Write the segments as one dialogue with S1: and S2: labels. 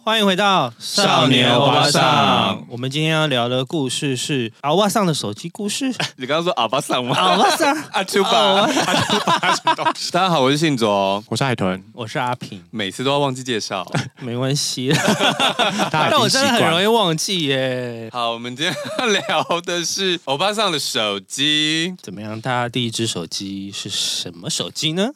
S1: 欢迎回到
S2: 少年欧巴桑。
S1: 我们今天要聊的故事是阿巴桑的手机故 事。
S2: 你刚刚说阿巴桑吗？
S1: 阿巴桑，
S2: 阿丘巴，阿丘巴，大家好，我是信卓，
S3: 我是海豚，
S1: 我是阿平，
S2: 每次都要忘记介绍。
S1: 没关 系，
S3: 大家
S1: 但
S3: 已
S1: 我
S3: 经
S1: 真的
S3: 习
S1: 很容
S3: 惯。
S1: 易忘记耶。
S2: 好，我们今天要聊的是欧巴桑的手机，
S1: 怎么样？大家第一只手机是什么手机呢？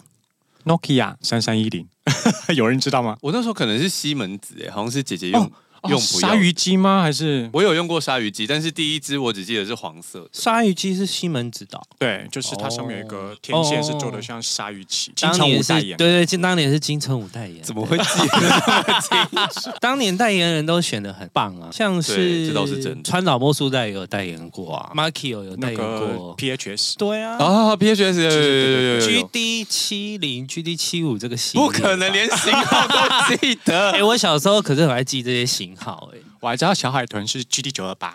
S3: Nokia 三三一零， 有人知道吗？
S2: 我那时候可能是西门子，哎，好像是姐姐用
S3: 哦哦
S2: 用不要
S3: 鲨鱼机吗？还是
S2: 我有用过鲨鱼机，但是第一只我只记得是黄色的。
S1: 鲨鱼机是西门子的哦，
S3: 对，就是它上面有一个天线是做的像鲨鱼鳍，金
S1: 当
S3: 城
S1: 年
S3: 武
S1: 是
S3: 代
S1: 对
S3: 言。
S1: 对，金当年是金城武代言，
S2: 怎么会记得？
S1: 当年代言人都选的很棒啊，像是
S2: 对这倒是真的
S1: 川岛茉树代也有代言过啊，Markio 有代
S3: 那
S1: 言
S3: 个
S1: 过，
S3: PHS
S1: 对啊。
S2: 啊，PHS 有有有有有
S1: G
S2: 有，
S1: D 七零、G D 七五这个型，
S2: 不可能连型号都记
S1: 哎、
S2: 得。
S1: 我小时候可是很爱记这些型号、哎，
S3: 我还知道小海豚是 GD 九二八，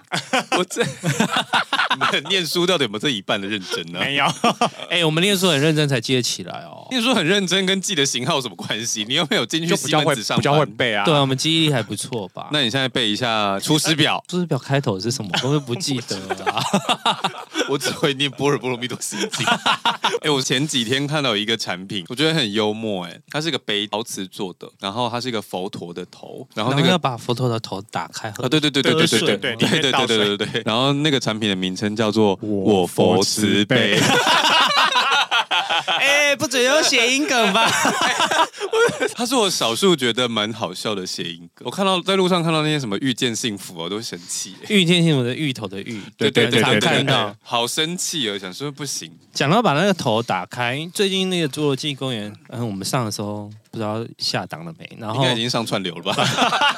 S2: 我这你们念书到底有没有这一半的认真呢？
S3: 没有。
S1: 哎、我们念书很认真才记得起来哦。
S2: 念书很认真，跟记得型号有什么关系？你有没有进去
S3: 就比
S2: 西
S3: 较
S2: 门
S3: 会
S2: 子上
S3: 比较会
S2: 班
S3: 背啊。
S1: 对啊，我们记忆力还不错吧？
S2: 那你现在背一下《出师表
S1: 出师表开头是什么？我都不记得了啊。》，
S2: 我只会念《波尔波罗蜜多心经》 哎、我前几天看到一个产品，我觉得很幽默、哎，它是一个杯，陶瓷做的，然后它是一个佛陀的头，然后
S1: 然
S2: 那
S1: 后
S2: 个
S1: 要把佛陀的头打开喝
S2: 啊，对对对对对对对对
S3: 对
S2: 对对对对对对。然后那个产品的名称叫做“我佛慈悲
S1: 哎、不准有谐音梗吧？”，
S2: 它是我少数觉得蛮好笑的谐音梗。我看到在路上看到那些什么遇见幸福啊，我都生气、哎
S1: 遇见幸福的芋头的芋，
S3: 对对对对
S1: 常
S3: 对
S1: 看
S3: 对
S1: 到。
S2: 好生气哦，想说不行，
S1: 讲到把那个头打开，最近那个侏罗纪公园，嗯，我们上的时候不知道下档了没，然
S2: 应
S1: 后
S2: 该已经上串流了吧？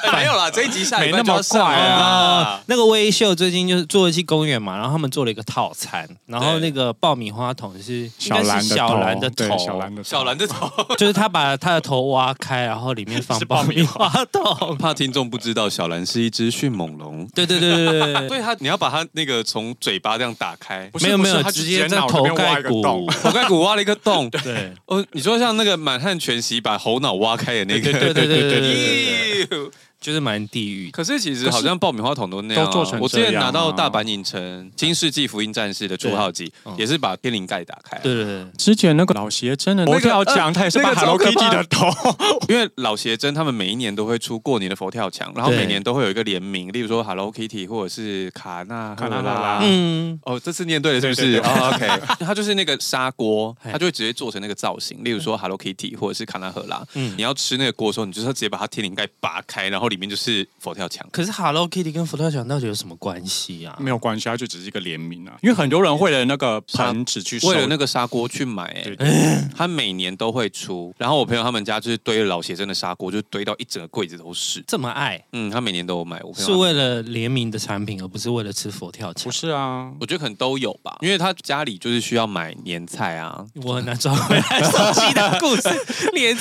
S2: 哎 没有啦，这一集下礼
S3: 没
S2: 拜
S3: 那
S2: 就
S3: 么
S2: 要上
S3: 快
S2: 了
S1: 啊
S2: 啦。，
S1: 那个微秀最近就是侏罗纪公园嘛，然后他们做了一个套餐，然后
S2: 对
S1: 那个爆米花筒是
S3: 小
S1: 应该
S3: 蓝
S1: 是
S3: 的
S1: 小
S3: 头
S1: 蓝的
S3: 对
S1: 头，
S3: 小蓝的头
S2: 小兰的头，
S1: 就是他把他的头挖开，然后里面 放
S3: 是
S1: 爆
S3: 爆
S1: 米
S3: 米
S1: 花筒。
S2: 怕听众不知道，小兰是一只迅猛龙。
S1: 对对对对对对，
S2: 对它，你要把它那个从嘴巴这样打开
S3: 不，是
S1: 没有
S3: 不
S1: 没
S3: 是
S1: 有，
S3: 它
S1: 直
S3: 直
S1: 接
S3: 接
S1: 在
S3: 脑里
S1: 头
S3: 面挖
S1: 盖
S3: 一个
S1: 骨。
S3: 洞
S2: 头盖骨挖了一个洞。
S1: 对
S2: 哦，你说像那个满汉全席把猴脑挖开的那
S1: 对
S2: 个，
S1: 对对对 对对对，
S2: Ew
S1: 就是蛮地狱的。
S2: 可是其实好像爆米花筒都那样啊、嗯
S3: 都做成
S2: 我之前
S3: 这样啊
S2: 拿到大阪影城新世纪福音战士的初号机
S1: 对嗯，
S2: 也是把天灵盖打开、啊。
S1: 对对对，
S3: 之前那个老邪真的
S2: 那个
S3: 佛跳墙，它也是
S2: 那
S3: 把
S2: 个
S3: Hello
S2: 超可怕
S3: Kitty 的头，
S2: 因为老邪真他们每一年都会出过年的佛跳墙，然后
S1: 对
S2: 每年都会有一个联名，例如说 Hello Kitty 或者是卡纳
S3: 卡纳
S2: 赫拉
S3: 赫拉啊
S1: 嗯，
S2: 哦，这次念对了是不
S3: 对
S2: 是、
S3: 对对
S2: 哦、？OK，它就是那个砂锅，
S1: 嘿
S2: 它就会直接做成那个造型，例如
S3: 嗯
S2: 说 Hello Kitty 或者是卡纳赫拉。
S1: 嗯
S2: 你要吃那个锅的时候，你就是要直接把它天灵盖拔开，然后里面就是佛跳墙。
S1: 可是 Hello Kitty 跟佛跳墙到底有什么关系啊？
S3: 没有关系，它就只是一个联名啊。因为很多人为了那个盆子去收
S2: 为了那个砂锅去买、
S3: 对
S2: 哎，他每年都会出。然后我朋友他们家就是堆了老写真的砂锅，就堆到一整个柜子都是。
S1: 这么爱
S2: 嗯，他每年都有买。我朋友
S1: 是
S2: 他们
S1: 为了联名的产品，而不是为了吃佛跳
S3: 不
S1: 墙。
S3: 是啊，
S2: 我觉得可能都有吧，因为他家里就是需要买年菜啊。
S1: 我很难抓回来 手机的故 事，连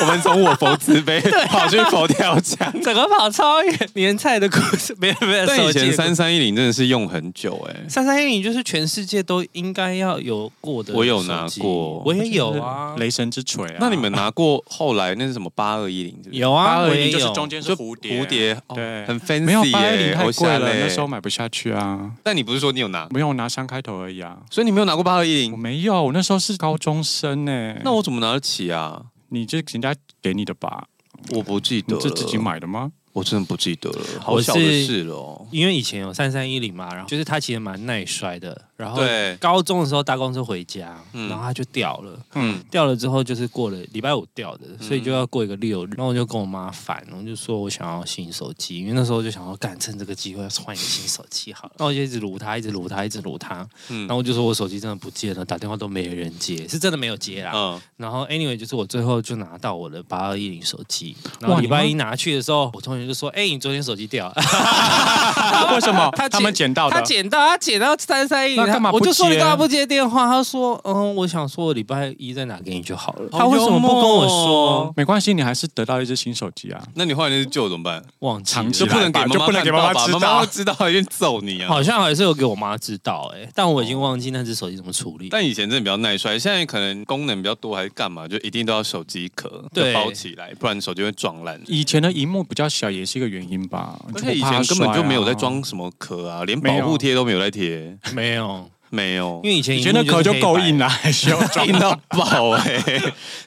S2: 我们从我佛慈悲
S3: 啊
S2: 跑去佛跳墙。
S1: 整个跑超远，年菜的故事没有没有。
S2: 但以
S1: 手机
S2: 前
S1: 的故
S2: 三
S1: 事
S2: 三一零真的是用很久哎、
S1: 三三一零就是全世界都应该要有过的手机，
S2: 我有拿过
S1: 我也有啊，
S3: 雷神之锤啊。
S2: 那你们拿过后来那是什么八二一零？
S1: 有啊，我也
S3: 820
S1: 有
S3: 就是中间是蝴蝶，
S2: 蝴蝶，哦
S3: 对
S2: 很 fancy
S3: 没有八二
S2: 耶
S3: 零太
S2: 我
S3: 贵
S2: 吓
S3: 了，
S2: 嘞
S3: 那时候买不下去啊。
S2: 但你不是说你有拿，
S3: 没有我拿三开头而已啊，
S2: 所以你没有拿过八二一
S3: 我
S2: 零？
S3: 没有，我那时候是高中生呢、欸
S2: 那我怎么拿得起啊？
S3: 你这人家给你的吧？
S2: 我不记
S3: 你
S2: 得，
S3: 是自己，买 的吗？
S2: 我真的不记得了，
S1: 我
S2: 好
S1: 是
S2: 小的事了哦。
S1: 因为以前有三三一零嘛，然后就是它其实蛮耐摔的。然后
S2: 对
S1: 高中的时候搭公车回家，
S2: 嗯
S1: 然后它就掉了。
S2: 嗯，
S1: 掉了之后就是过了礼拜五掉的，所以就要过一个六日。然后我就跟我妈烦，我就说我想要新手机，因为那时候就想要干趁这个机会要换一个新手机好了。那我就一直撸她，一直撸她，一直撸她。
S2: 嗯
S1: 然后我就说我手机真的不见了，打电话都没人接，是真的没有
S3: 啊
S1: 接啦。
S2: 嗯，
S1: 然后 anyway 就是我最后就拿到我的八二一零手机，然
S3: 哇
S1: 后礼拜
S3: 你
S1: 一拿去的时候，我终于人就说：“哎、你昨天手机掉了。
S3: 为什么？
S1: 他
S3: 他
S1: 捡
S3: 们捡”到
S1: 他
S3: 的，
S1: 捡到，他捡到三三一，
S3: 那干嘛
S1: 我
S3: 不
S1: 就说你
S3: 接
S1: 干嘛不接电话？他说：“嗯，我想说我礼拜一再拿给你就好了。”
S2: 好
S3: 哦
S1: 他为什么不跟我
S2: 幽默
S1: 说
S2: 哦？
S3: 没关系，你还是得到一只新手机啊。
S2: 那你后来那是旧怎么办？
S1: 忘记
S3: 藏
S1: 了
S3: 起
S2: 就
S3: 来
S2: 不能给
S3: 吧
S2: 妈
S3: 就不能
S2: 看
S3: 给妈
S2: 到
S3: 妈
S2: 吧
S3: 知
S2: 妈
S3: 道
S2: 会知道，一定揍你 啊！
S1: 好像还是有给我妈知道哎、但我已经忘记那只手机怎么处
S3: 哦
S1: 理。
S2: 但以前真的比较耐摔，现在可能功能比较多还是干嘛，就一定都要手机壳
S1: 对
S2: 就包起来，不然手机会撞烂。
S3: 以前的荧幕比较小，也是一个原因吧。
S2: 而
S3: 就
S2: 且
S3: 不
S2: 以
S3: 怕
S2: 前根本
S3: 摔啊
S2: 就没有在，装什么壳啊，连
S3: 没
S2: 保
S3: 有
S2: 护贴都没有在贴，
S1: 没有，
S2: 没有，
S1: 因为以前
S3: 以前的壳就够硬
S1: 了。
S3: 了，还需要装？
S2: 硬到爆哎、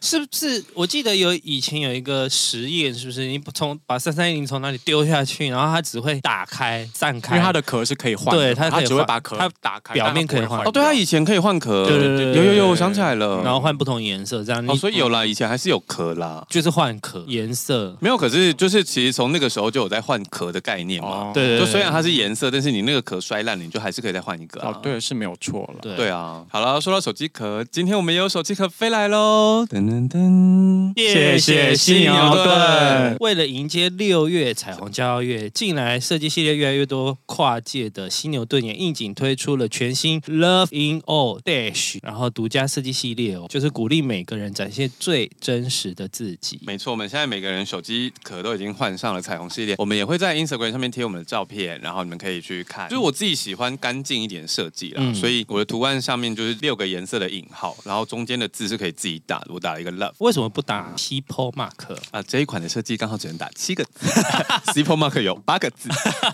S1: 是不是？我记得有以前有一个实验，是不是？你从把三三一零从哪里丢下去，然后它只会打开、散
S3: 因
S1: 开，
S3: 为它的壳是可以换的，
S1: 对它
S3: 它
S1: 可以
S3: 只会
S1: 换
S3: 把壳
S1: 它
S3: 打开，
S1: 表面可以换
S2: 哦，对啊，
S3: 啊，
S2: 以前可以换壳，
S1: 对对对对
S2: 有有
S3: 对
S2: 有，我想起来了，
S1: 然后换不同颜色，这样你、
S2: 哦，所以有啦，以前还是有壳啦。
S1: 就是换壳、颜色。
S2: 没有，可是就是其实从那个时候就有在换壳的概念嘛。
S3: 哦
S1: 对对
S2: 就虽然它是颜色，但是你那个壳摔烂了，你就还是可以再换一个、啊。
S3: 哦，对，是没有错了。
S1: 呃对
S2: 对啊，好了，说到手机壳，今天我们也有手机壳飞来喽！噔噔噔，
S3: 谢谢信尧顿
S1: 为了迎接六月彩虹交月，近来设计系列越来越多跨界的犀牛顿也应景推出了全新 Love in All Dash，然后独家设计系列哦，就是鼓励每个人展现最真实的自己。
S2: 没错，我们现在每个人手机壳都已经换上了彩虹系列，我们也会在 Instagram 上面贴我们的照片，然后你们可以去看。就是我自己喜欢干净一点设计啦，
S1: 嗯
S2: 所以我的图案上面就是六个颜色的引号，然后中间的字是可以自己打的，我打了一个 love。
S1: 为什么不打 people mark？
S2: 啊，这一款的设计刚好只能打七个字 s i p p l e Mark 有八个字，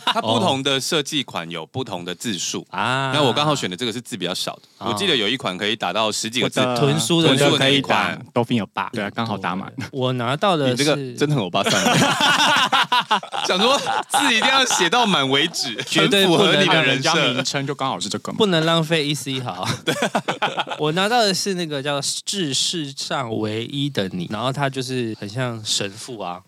S2: 它不同的设计款有不同的字数。
S1: 啊
S2: 那我刚好选的这个是字比较少的，
S1: 啊
S2: 我记得有一款可以打到十几
S3: 我
S2: 个字。
S3: 的
S1: 豚叔的
S3: 我
S2: 那
S3: 的
S2: 个
S3: 可以
S2: 款
S3: 打，都分有八，对啊，刚好打满。。
S1: 我拿到的
S2: 你
S1: 是
S2: 这个真的很欧巴桑， 想说字一定要写到满为止，
S1: 绝对
S2: 很符
S1: 不
S2: 合
S1: 能
S2: 你的
S1: 让
S2: 人
S3: 家
S2: 设
S3: 名。称就刚好是这个嘛。
S1: 不能浪费一丝一 毫。 我拿到的是那个叫《致世上唯一的你》，然后他就是很像神父啊，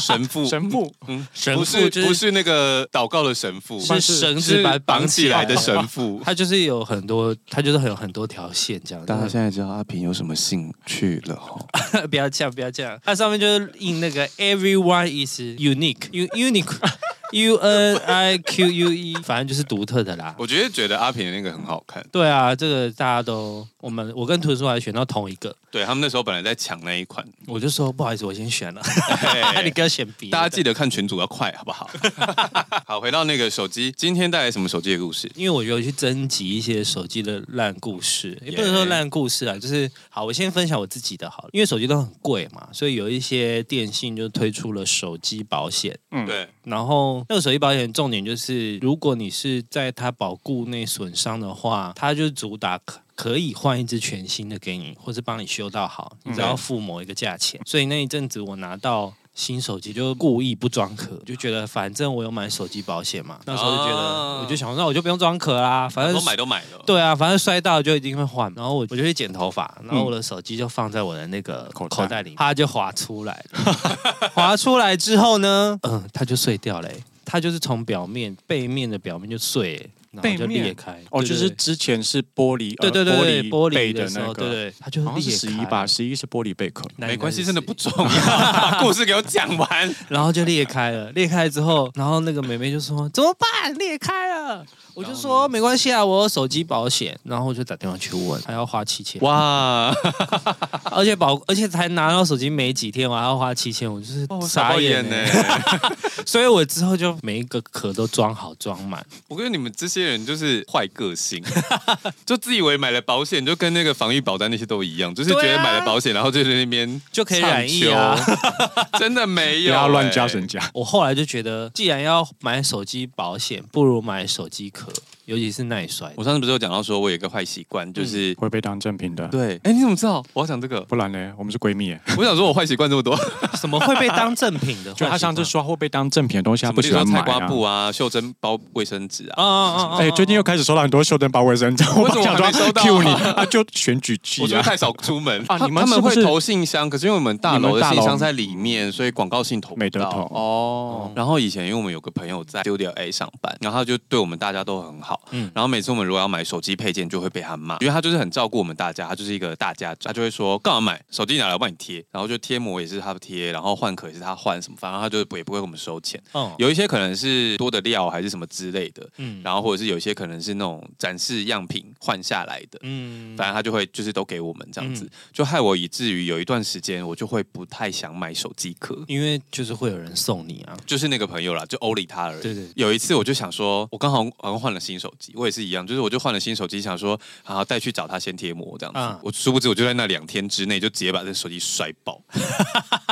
S2: 神父，
S3: 神父，
S2: 嗯，
S1: 神
S2: 不
S1: 父
S2: 是
S1: 就是
S2: 不是那个祷告的神父，
S1: 是绳子把它
S2: 是绑起来的
S1: 神。
S2: 神 父。
S1: 他就是有很多，他就是很有很多条线这样子。
S2: 在知道阿平有什么兴趣了哦哈？
S1: 不要这样，不要这样。它上面就是印那个 “Everyone is unique”, u unique, u n i q u e，反正就是独特的啦。
S2: 我觉得觉得阿平的那个很好看，
S1: 对啊，这个大家都，我们我跟图书还选到同一个，
S2: 对他们那时候本来在抢那一款，
S1: 我就说不好意思，我先选了，
S2: 嘿
S1: 你不要选 B。
S2: 大家记得看群主要快，好不好？ 好，回到那个手机，今天带来什么手机的故事？
S1: 因为我有去征集一些手机的烂故事，也不能
S2: Yeah
S1: 说烂故事啊，就是好，我先分享我自己的好了，因为手机都很贵嘛，所以有一些电信就推出了手机保险。
S3: 嗯，
S2: 对，
S1: 然后那个手机保险重点就是，如果你是在它保固内损伤的话，它就主打可可以换一只全新的给你，或是帮你修到好，你只要付某一个价钱。所以那一阵子我拿到。新手机就故意不装壳，就觉得反正我有买手机保险嘛，那时候就觉得
S2: 啊
S1: 我就想说，那我就不用装壳啦，反正
S2: 都买都买了，
S1: 对啊，反正摔到就一定会换。然后我我就去剪头发，然后我的手机就放在我的那个
S3: 口袋
S1: 口袋里，它就滑出来了。滑出来之后呢，嗯，它就碎掉嘞、它就是从表面背面的表面就碎、然后
S3: 背
S1: 就
S3: 面
S1: 裂开。
S3: 哦，
S1: 对
S3: 就是。之前是玻璃，
S1: 对
S3: 呃
S1: 对对对对，玻璃
S3: 璃
S1: 的
S3: 的
S1: 时
S3: 那
S1: 候，对
S3: 个，
S1: 对，它就是
S3: 好像是十
S1: 裂
S3: 一
S1: 开
S3: 吧，，十一是玻璃贝壳。
S1: 那应该
S2: 没关系，
S1: 是
S2: 真的不重要，把故事给我讲完。
S1: 然后就裂开了，裂开之后，然后那个妹妹就说怎么办？裂开了，我就说没关系啊，我有手机保险。然后我就打电话去问，还要花七千，
S2: 哇，
S1: 而且保，而且才拿到手机没几天，我还要花七哦千，我就是傻眼欸呢、
S3: 欸
S2: 呢！
S1: 所以我之后就每一个壳都装好装满，
S2: 我觉得你们这些人就是坏个性， 就自以为买了保险，就跟那个防疫保单那些都一样，就是觉
S1: 对
S2: 得
S1: 啊
S2: 买了保险，然后就在那边
S1: 就可以染疫 啊。
S2: 唱秋，真的没
S3: 不
S2: 有，
S3: 要乱加
S2: 欸
S3: 神加，
S1: 我后来就觉得，既然要买手机保险，不如买手机壳，尤其是耐摔的。
S2: 我上次不是有讲到说，我有一个坏习惯，就是、
S3: 会被当正品的。
S2: 对，哎，你怎么知道？我要讲这个，
S3: 不然呢？我们是闺蜜耶，
S2: 我想说我坏习惯这么 多，
S1: 什么会被当正品 的？
S3: 就她上次说会被当正品的东西，她
S2: 什么
S3: 不
S2: 比
S3: 喜
S2: 如说
S3: 欢买
S2: 菜
S3: 啊
S2: 瓜。布啊、袖珍包卫生纸啊。
S1: 啊啊啊啊！
S3: 哎，最近又开始收到很多袖珍包卫生纸，我
S2: 为什么我
S3: 想
S2: 还没收
S3: 说
S2: 到啊
S3: Q 你啊，就选举季
S2: 我觉得
S3: 啊。
S2: 太少出门
S3: 啊
S2: 他
S3: 你们
S2: 他们
S3: 是不
S2: 会
S3: 是
S2: 投信箱，可是因为我们大楼
S3: 你们
S2: 的
S3: 大楼
S2: 信箱在里面，所以广告性投不
S3: 没得
S2: 到
S3: 投嗯
S2: 哦。然后以前因为我们有个朋友在丢掉 A 上班，然后他就对我们大家都很好，好。嗯，然后每次我们如果要买手机配件，就会被他骂，因为他就是很照顾我们大家，他就是一个大家长，他就会说干嘛买手机拿来我帮你贴，然后就贴膜也是他贴，然后换壳也是他换什么，反正他就不也不会给我们收钱。
S1: 哦，
S2: 有一些可能是多的料还是什么之类的，
S1: 嗯
S2: 然后或者是有一些可能是那种展示样品换下来的，
S1: 嗯，
S2: 反正他就会就是都给我们这样子，就害我以至于有一段时间我就会不太想买手机壳，
S1: 因为就是会有人送你啊，
S2: 就是那个朋友啦，就欧里他而已。
S1: 对对
S2: 有一次我就想说，我刚好好像换了新手机，我也是一样，就是我就换了新手机，想说好带去找他先贴膜这样子。
S1: 啊
S2: 我殊不知我就在那两天之内就直接把这手机摔爆，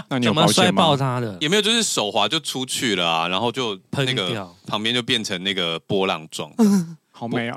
S3: 那你有
S1: 怎么
S3: 保
S1: 摔
S3: 险
S1: 爆
S3: 吗？
S1: 他的？
S2: 也没有就是手滑就出去了啊，然后就
S1: 喷
S2: 那个
S1: 掉
S2: 旁边就变成那个波浪状。
S3: 好美啊！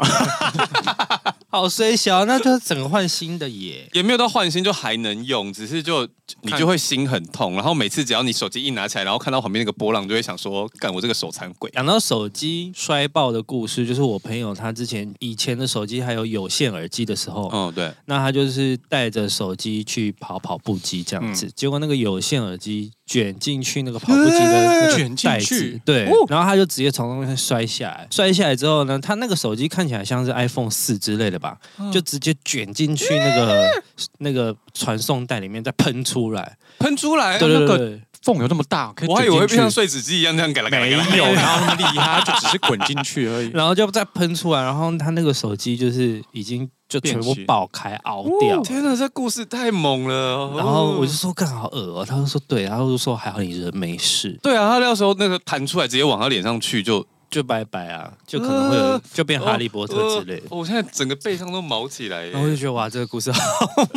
S1: 好虽小，那就整个换新的耶。
S2: 也没有到换新就还能用，只是就你就会心很痛，然后每次只要你手机一拿起来，然后看到旁边那个波浪，就会想说，干我这个手残鬼。
S1: 讲到手机摔爆的故事，就是我朋友他之前以前的手机还有有线耳机的时候，
S2: 哦，对，
S1: 那他就是带着手机去跑跑步机这样子，
S3: 嗯
S1: 结果那个有线耳机卷进去那个跑步机的
S3: 哎卷进
S1: 袋
S3: 去
S1: 子，对
S3: 哦，
S1: 然后他就直接从上面摔下来，摔下来之后呢，他那个手机看起来像是 iPhone 四之类的吧，
S3: 嗯
S1: 就直接卷进去那
S3: 哎
S1: 个那个传送带里面，再喷出来，
S2: 喷出来，
S1: 对对对
S3: 那个
S1: 对。
S3: 缝有那么大，可以
S2: 我还以为会
S3: 卷
S2: 变
S3: 进
S2: 像
S3: 去
S2: 碎纸机一样这样给啦给啦
S3: 没
S2: 给啦。
S3: 有，然后那么厉害，就只是滚进去 而已。
S1: 然后就再喷出来，然后他那个手机就是已经就全部
S3: 变形
S1: 爆开凹掉，
S2: 天哪，这故事太猛了！
S1: 然后我就
S2: 哦
S1: 说干好恶哦，他就说对，然后就说还好你人没事，
S2: 对啊，他那时候那个弹出来直接往他脸上去就，
S1: 就拜拜啊，就可能会有
S2: 呃
S1: 就变哈利波特之类的
S2: 呃。我现在整个背上都毛起来耶，
S1: 然后我就觉得哇，这个故事好，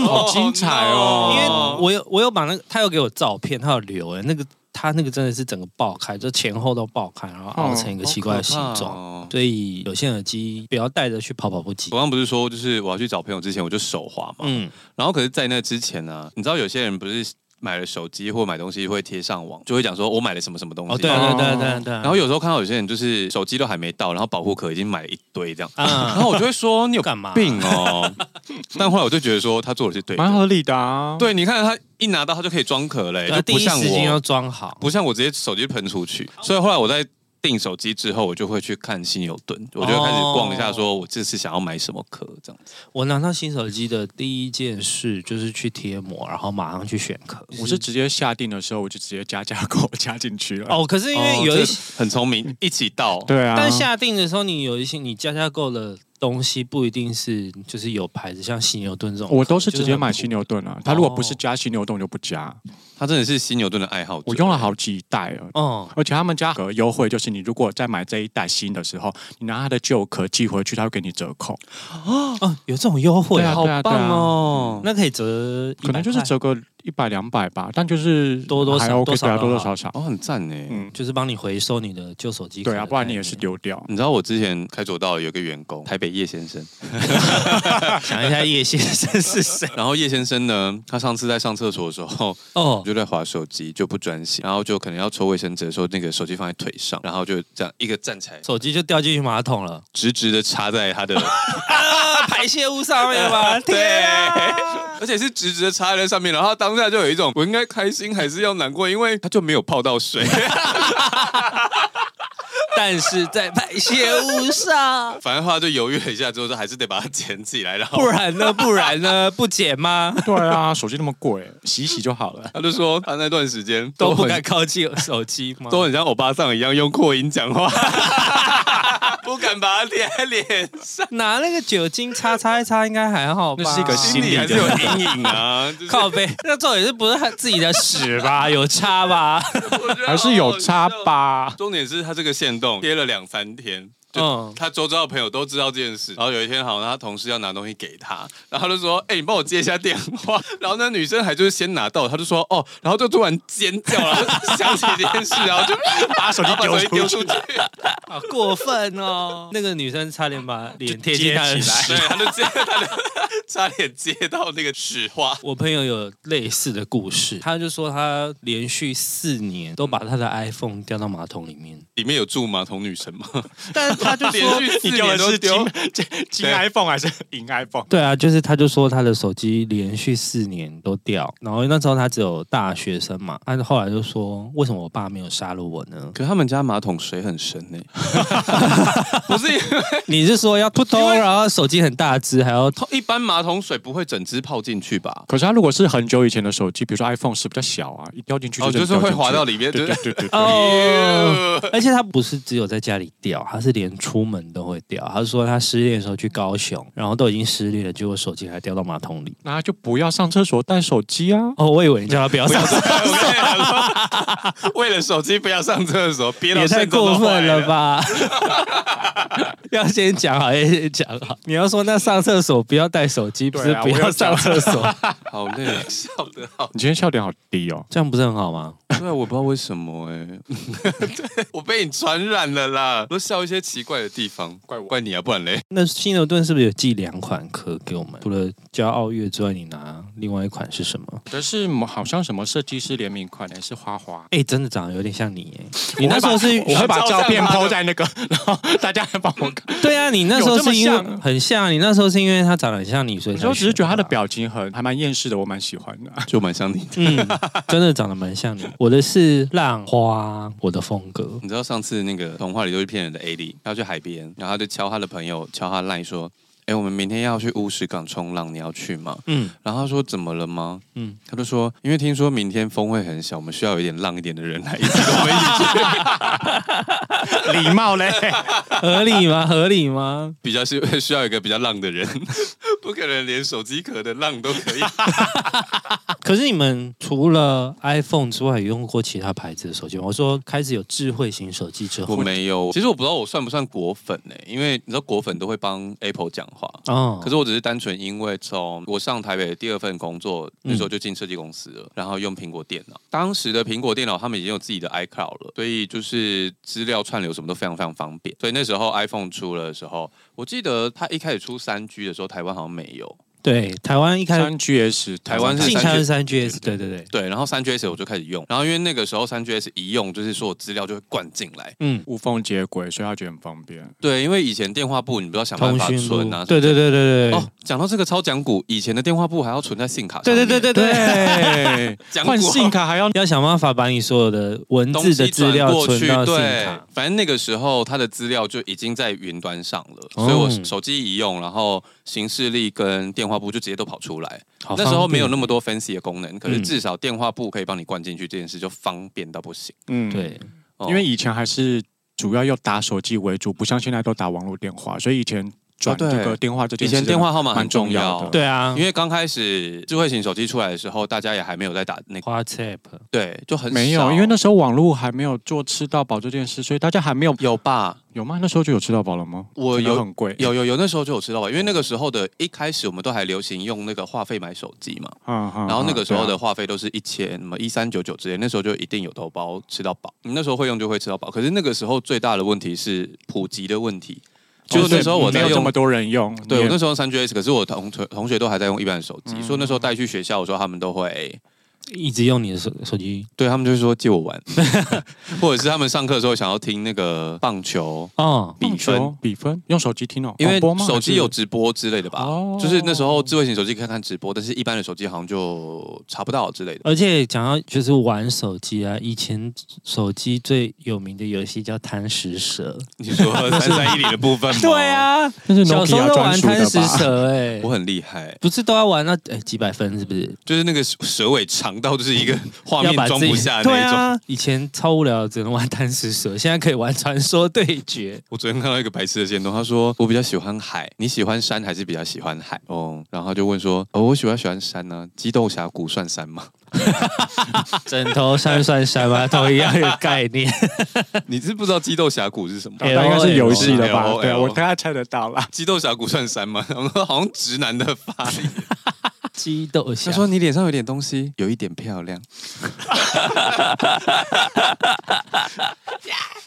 S3: 好精彩
S1: 因
S3: 哦
S1: 为
S2: 哦
S1: 我有我有把那个他有给我照片，他有留哎，那个他那个真的是整个爆开，就前后都爆开，然后凹成一个奇怪的形
S2: 好可怕
S1: 状。
S2: 哦
S1: 所以有线耳机不要带着去跑跑步机
S2: 我。刚刚不是说，就是我要去找朋友之前，我就手滑嘛，
S1: 嗯，
S2: 然后可是，在那之前呢、你知道有些人不是买了手机或买东西会贴上网，就会讲说我买了什么什么东西。
S1: 哦对啊对啊对啊对啊对啊。
S2: 然后有时候看到有些人就是手机都还没到，然后保护壳已经买了一堆这样，
S1: 啊
S2: 然后我就会说你有
S1: 干嘛
S2: 病 哦。但后来我就觉得说他做的是对
S3: 蛮
S2: 的，
S3: 合理的啊。，
S2: 对，你看他一拿到他就可以装壳嘞，
S1: 对啊
S2: 就
S1: 第
S2: 不
S1: 一
S2: 像
S1: 时间要
S2: 我，
S1: 装好。
S2: 不像我直接手机喷出去。所以后来我在。订手机之后，我就会去看犀牛顿，我就会开始逛一
S1: 哦
S2: 下，说我这次想要买什么壳这样子。
S1: 我拿到新手机的第一件事就是去贴膜，然后马上去选壳。
S3: 我是直接下定的时候，我就直接加架构 加进去了。
S1: 哦，可是因为
S2: 哦
S1: 有
S2: 这
S1: 一些，
S2: 很聪明，一起到。
S3: 对啊，
S1: 但下定的时候，你有一些你加加购的东西不一定是就是有牌子，像犀牛顿这种，
S3: 我都是直接买
S1: 犀
S3: 犀牛顿啊。他如果不是加犀牛顿，我就不加。
S2: 他真的是犀牛顿的爱好者。
S3: 我用了好几代了。
S1: 哦，
S3: 而且他们家有优惠，就是你如果在买这一代新的时候，你拿它的旧壳寄回去，他会给你折扣，
S1: 哦，有这种优惠
S3: 对啊
S1: 好
S3: 对啊
S1: 棒
S2: 哦。
S1: 那可以折100块，
S3: 可能就是折个一百两百吧，但就是
S1: 多多少
S3: 还 OK，
S1: 多少
S3: 对啊，
S1: 都
S3: 多多
S1: 好
S3: 少少，
S2: 哦，很赞呢。
S3: 嗯，
S1: 就是帮你回收你的旧手机壳的概
S3: 对
S1: 念，
S3: 啊，不然你也
S1: 哎
S3: 是丢掉。
S2: 你知道我之前开左道有个员工，台北叶先生，
S1: 想一下叶先生是 谁
S2: 然后叶先生呢，他上次在上厕所的时候，
S1: 哦
S2: 我。就在划手机，就不专心，然后就可能要抽卫生纸的时候，那个手机放在腿上，然后就这样一个站起来，
S1: 手机就掉进去马桶 了，
S2: 直直的插在他的，哎
S1: 啊，排泄物上面吧？ 天啊！
S2: 而且是直直的插在上面，然后他当下就有一种我应该开心还是要难过，因为他就没有泡到水，
S1: 但是在排泄物上，
S2: 反正他就犹豫了一下之后，就还是得把它捡起来，然 后
S1: 不然呢？不然呢？不解吗？
S3: 对啊，手机那么贵，洗一洗就好了。
S2: 他就说他那段时间
S1: 都不
S2: 很
S1: 敢靠近手机吗？
S2: 都很像欧巴桑一样用扩音讲话， 不敢把它贴在脸上，
S1: 拿那个酒精擦擦一擦，应该还好吧？
S3: 那是一个
S2: 心
S3: 心
S2: 里
S3: 理
S2: 还
S3: 的
S2: 是有阴影啊。就是
S1: 靠背， 那重点是不是他自己的屎吧？ 有擦吧？
S2: 我觉得
S3: 还是有差
S2: 好好笑。
S3: 吧。
S2: 重点是他这个线动贴了两三天。就
S1: 嗯
S2: 他周遭的朋友都知道这件事，然后有一天好像他同事要拿东西给他，然后他就说：“哎、你帮我接一下电话。” 然后那女生还就是先拿到，他就说：“哦。”然后就突然尖叫了，然后就想起这件事，然后就 把手
S3: 机
S2: 把手机丢
S3: 丢
S2: 出
S3: 出
S2: 去，
S1: 好过分哦！那个女生差点把脸贴近他的
S3: 接起来
S1: 屎
S2: 对，。他就接他的差点接到那个屎花，
S1: 我朋友有类似的故事，他就说他连续四年都把他的 iPhone 掉到马桶里面，
S2: 里面有住马桶女神吗？
S1: 但他就
S2: 连
S1: 说，
S2: 续四
S3: 你丢
S2: 年
S3: 的
S2: 都
S3: 是金
S2: 丢，
S3: 金金
S2: 对
S3: iPhone 还是银 iPhone？
S1: 对啊，就是他就说他的手机连续四年都掉，然后那时候他只有大学生嘛，他后来就说，为什么我爸没有杀了我呢？
S2: 可是他们家马桶水很深 呢、不是因为
S1: 你是说要扑通，然后手机很大只，还要
S2: 一般马桶水不会整只泡进去吧？
S3: 可是它如果是很久以前的手机，比如说 iPhone 是比较小啊，一掉进去
S2: 哦，
S3: 真
S2: 就
S3: 的
S2: 是
S3: 掉
S2: 会
S3: 进
S2: 滑
S3: 去
S2: 到里面，就是
S3: 对对对对对。
S1: 哦。
S2: 呃
S1: 而且他不是只有在家里掉，他是连出门都会掉。他说他失恋的时候去高雄，然后都已经失恋了，结果手机还掉到马桶里。
S3: 那就不要上厕所带手机啊！
S1: 哦，我以为你叫他不要上，
S2: 我跟你讲说 为了手机不要上厕所，憋到
S1: 也太
S2: 肾脏都
S1: 过
S2: 坏
S1: 分
S2: 了
S1: 了？吧？ 要先讲好，要先讲好。 你要说那上厕所不要带手机，不
S3: 对
S1: 是
S3: 啊
S1: 不
S3: 我
S1: 要
S3: 有讲
S1: 上厕所，
S2: 好累，啊笑得好。
S3: 你今天笑点好低哦。
S1: 这样不是很好吗？
S2: 对啊，我不知道为什么哎、对 我被你传染了啦，都笑一些奇怪的地方，怪我，怪你啊，不然嘞。
S1: 那新牛顿是不是有寄两款壳给我们？除了骄傲月之外，你拿另外一款是什么？
S3: 可是某好像什么设计师联名款呢？是花花。
S1: 哎、真的长得有点像你 哎！你那时候是
S3: 我会把
S2: 照
S3: 照片
S2: 相吗
S3: PO 在那个， 然后大家来帮我看。
S1: 对啊，你那时候是因为
S3: 有这么像啊
S1: 很像，你那时候是因为他长得很像你，所以
S3: 我
S1: 才
S3: 就只是觉得他的
S1: 选
S3: 表情很还蛮厌世的，我蛮喜欢的。
S2: 就蛮像你的。
S1: 嗯，真的长得蛮像你。我的是浪花，我的风格。
S2: 你知道上次那个童话里都是骗人的 A 莉，他去海边，然后他就敲他的朋友，敲他赖说：“哎，我们明天要去乌石港冲浪，你要去吗
S1: 嗯，？”
S2: 然后他说：“怎么了吗？”嗯
S1: 嗯，
S2: 他就说：“因为听说明天风会很小，我们需要有一点浪一点的人来一起跟我们一起去，
S3: 礼貌嘞，
S1: 合理吗？合理吗？
S2: 比较是需要一个比较浪的人， 不可能连手机壳的浪都可以。
S1: 可是你们除了 iPhone 之外，有用过其他牌子的手机吗？我说开始有智慧型手机之
S2: 我
S1: 后，
S2: 没有，其实我不知道我算不算果粉呢、因为你知道果粉都会帮 Apple 讲话，
S1: 哦，
S2: 可是我只是单纯因为从我上台北的第二份工作那
S1: 嗯
S2: 时候就进设计公司了，然后用苹果电脑。当时的苹果电脑他们已经有自己的 iCloud 了，所以就是资料串流什么都非常非常方便。所以那时候 iPhone 出了的时候，我记得它一开始出三 G 的时候，台湾好像没有。
S1: 对台湾一开始
S3: 三 GS
S2: 台湾是
S1: 进
S2: 三 G
S1: 台湾三 GS，对对对，
S2: 对，然后三 GS 我就开始用，然后因为那个时候三 GS 一用，就是说我资料就会灌进来。
S1: 嗯，
S3: 无缝接轨，所以他觉得很方便。
S2: 对，因为以前电话簿你不知道想办
S1: 通
S2: 法
S1: 讯录
S2: 存啊，，
S1: 对对对对对
S2: 哦，讲到这个超讲古，以前的电话簿还要存在信卡上
S1: 对对
S2: 面。
S1: 对对对。
S3: 对，
S2: 讲啊过
S3: 换信卡还要
S1: 要想办法把你所有的文
S2: 东
S1: 字的
S2: 西
S1: 资
S2: 转
S1: 料
S2: 过
S1: 存
S2: 去，
S1: 到信
S2: 对
S1: 卡，，
S2: 反正那个时候他的资料就已经在云端上了，
S1: 哦
S2: 所以我手机一用，然后行事历跟电话簿就直接都跑出来。
S1: 好
S2: 那时候
S1: 方便
S2: 没有那么多 fancy 的功能，可是
S1: 嗯
S2: 至少电话簿可以帮你灌进去，这件事就方便到不行。
S3: 嗯，
S1: 对，
S2: 哦
S3: 因为以前还是主要要打手机为主，不像现在都打网络电话，所以以前转
S2: 哦对
S3: 这个电话这件
S2: 以
S3: 事
S2: 前电话号码很
S3: 蛮
S2: 重
S3: 重要
S2: 要
S3: 的，
S1: 对啊，
S2: 因为刚开始智慧型手机出来的时候，大家也还没有在打那个，
S1: WhatsApp
S2: 对，就很
S3: 没有，
S2: 少
S3: 因为那时候网络还没有做吃到饱这件事，所以大家还没有
S2: 有吧？
S3: 有吗？那时候就有吃到饱了吗？
S2: 我
S3: 可能
S2: 有
S3: 很贵，
S2: 有有有，那时候就有吃到吧？因为那个时候的一开始，我们都还流行用那个话费买手机嘛。
S3: 嗯，嗯
S2: 然后那个时候，
S3: 嗯对
S2: 的
S3: 啊
S2: 话费都是一千什么一三九九之类，那时候就一定有头包吃到饱，你那时候会用就会吃到饱。可是那个时候最大的问题是普及的问题，就
S3: 哦
S2: 那时候
S3: 对
S2: 我在
S3: 没有这
S2: 用
S3: 么。多人用，
S2: 对，我
S3: 你也
S2: 那时候三 GS，可是我同同同学都还在用一般的手机，所以那时候
S3: 嗯
S2: 带去学校的时候，他们都会
S1: 一直用你的手手机
S2: 对他们就说借我玩， 或者是他们上课的时候想要听那个棒球，
S1: 哦，
S2: 比分
S3: 棒球比分用手机听哦，
S2: 因为
S3: 广播吗
S2: 手机
S3: 还是
S2: 有直播之类的吧，
S3: 哦
S2: 就是那时候智慧型手机可以看直播，但是一般的手机好像就查不到之类的。
S1: 而且讲到就是玩手机啊，以前手机最有名的游戏叫贪食蛇，
S2: 你 说三三一零的部分吗，
S1: 啊，
S3: 那是
S1: 小时候
S3: Nokia
S1: 都
S3: 专
S1: 玩
S3: 属
S1: 贪
S3: 的
S1: 食
S3: 吧？
S1: 蛇哎、
S2: 我很厉害。
S1: 不是都要玩到哎几百分是不是？
S2: 就是那个蛇尾长到就 是一个画
S1: 要
S2: 面
S1: 把
S2: 装
S1: 自己
S2: 不下
S1: 对
S2: 那一种。
S1: 啊，以前超无聊，只能玩贪食蛇，现在可以玩传说对决。
S2: 我昨天看到一个白痴的线动，他说我比较喜欢海，你喜欢山还是比较喜欢海？哦，然后他就问说，哦，我喜欢喜欢山呢、激斗峡谷算山吗？
S1: 枕头算算什么都一样的概念。
S2: 你知不知道激斗峡谷是什么？
S1: 哎
S3: 大概是游戏的
S2: LOL
S3: 吧？对啊，
S2: LOL
S3: 我大概猜得到啦。
S2: 激斗峡谷算山吗？ 然后好像直男的发力。
S1: 激斗
S2: 他
S1: 侠
S2: 说你脸上有点东西，有一点漂亮。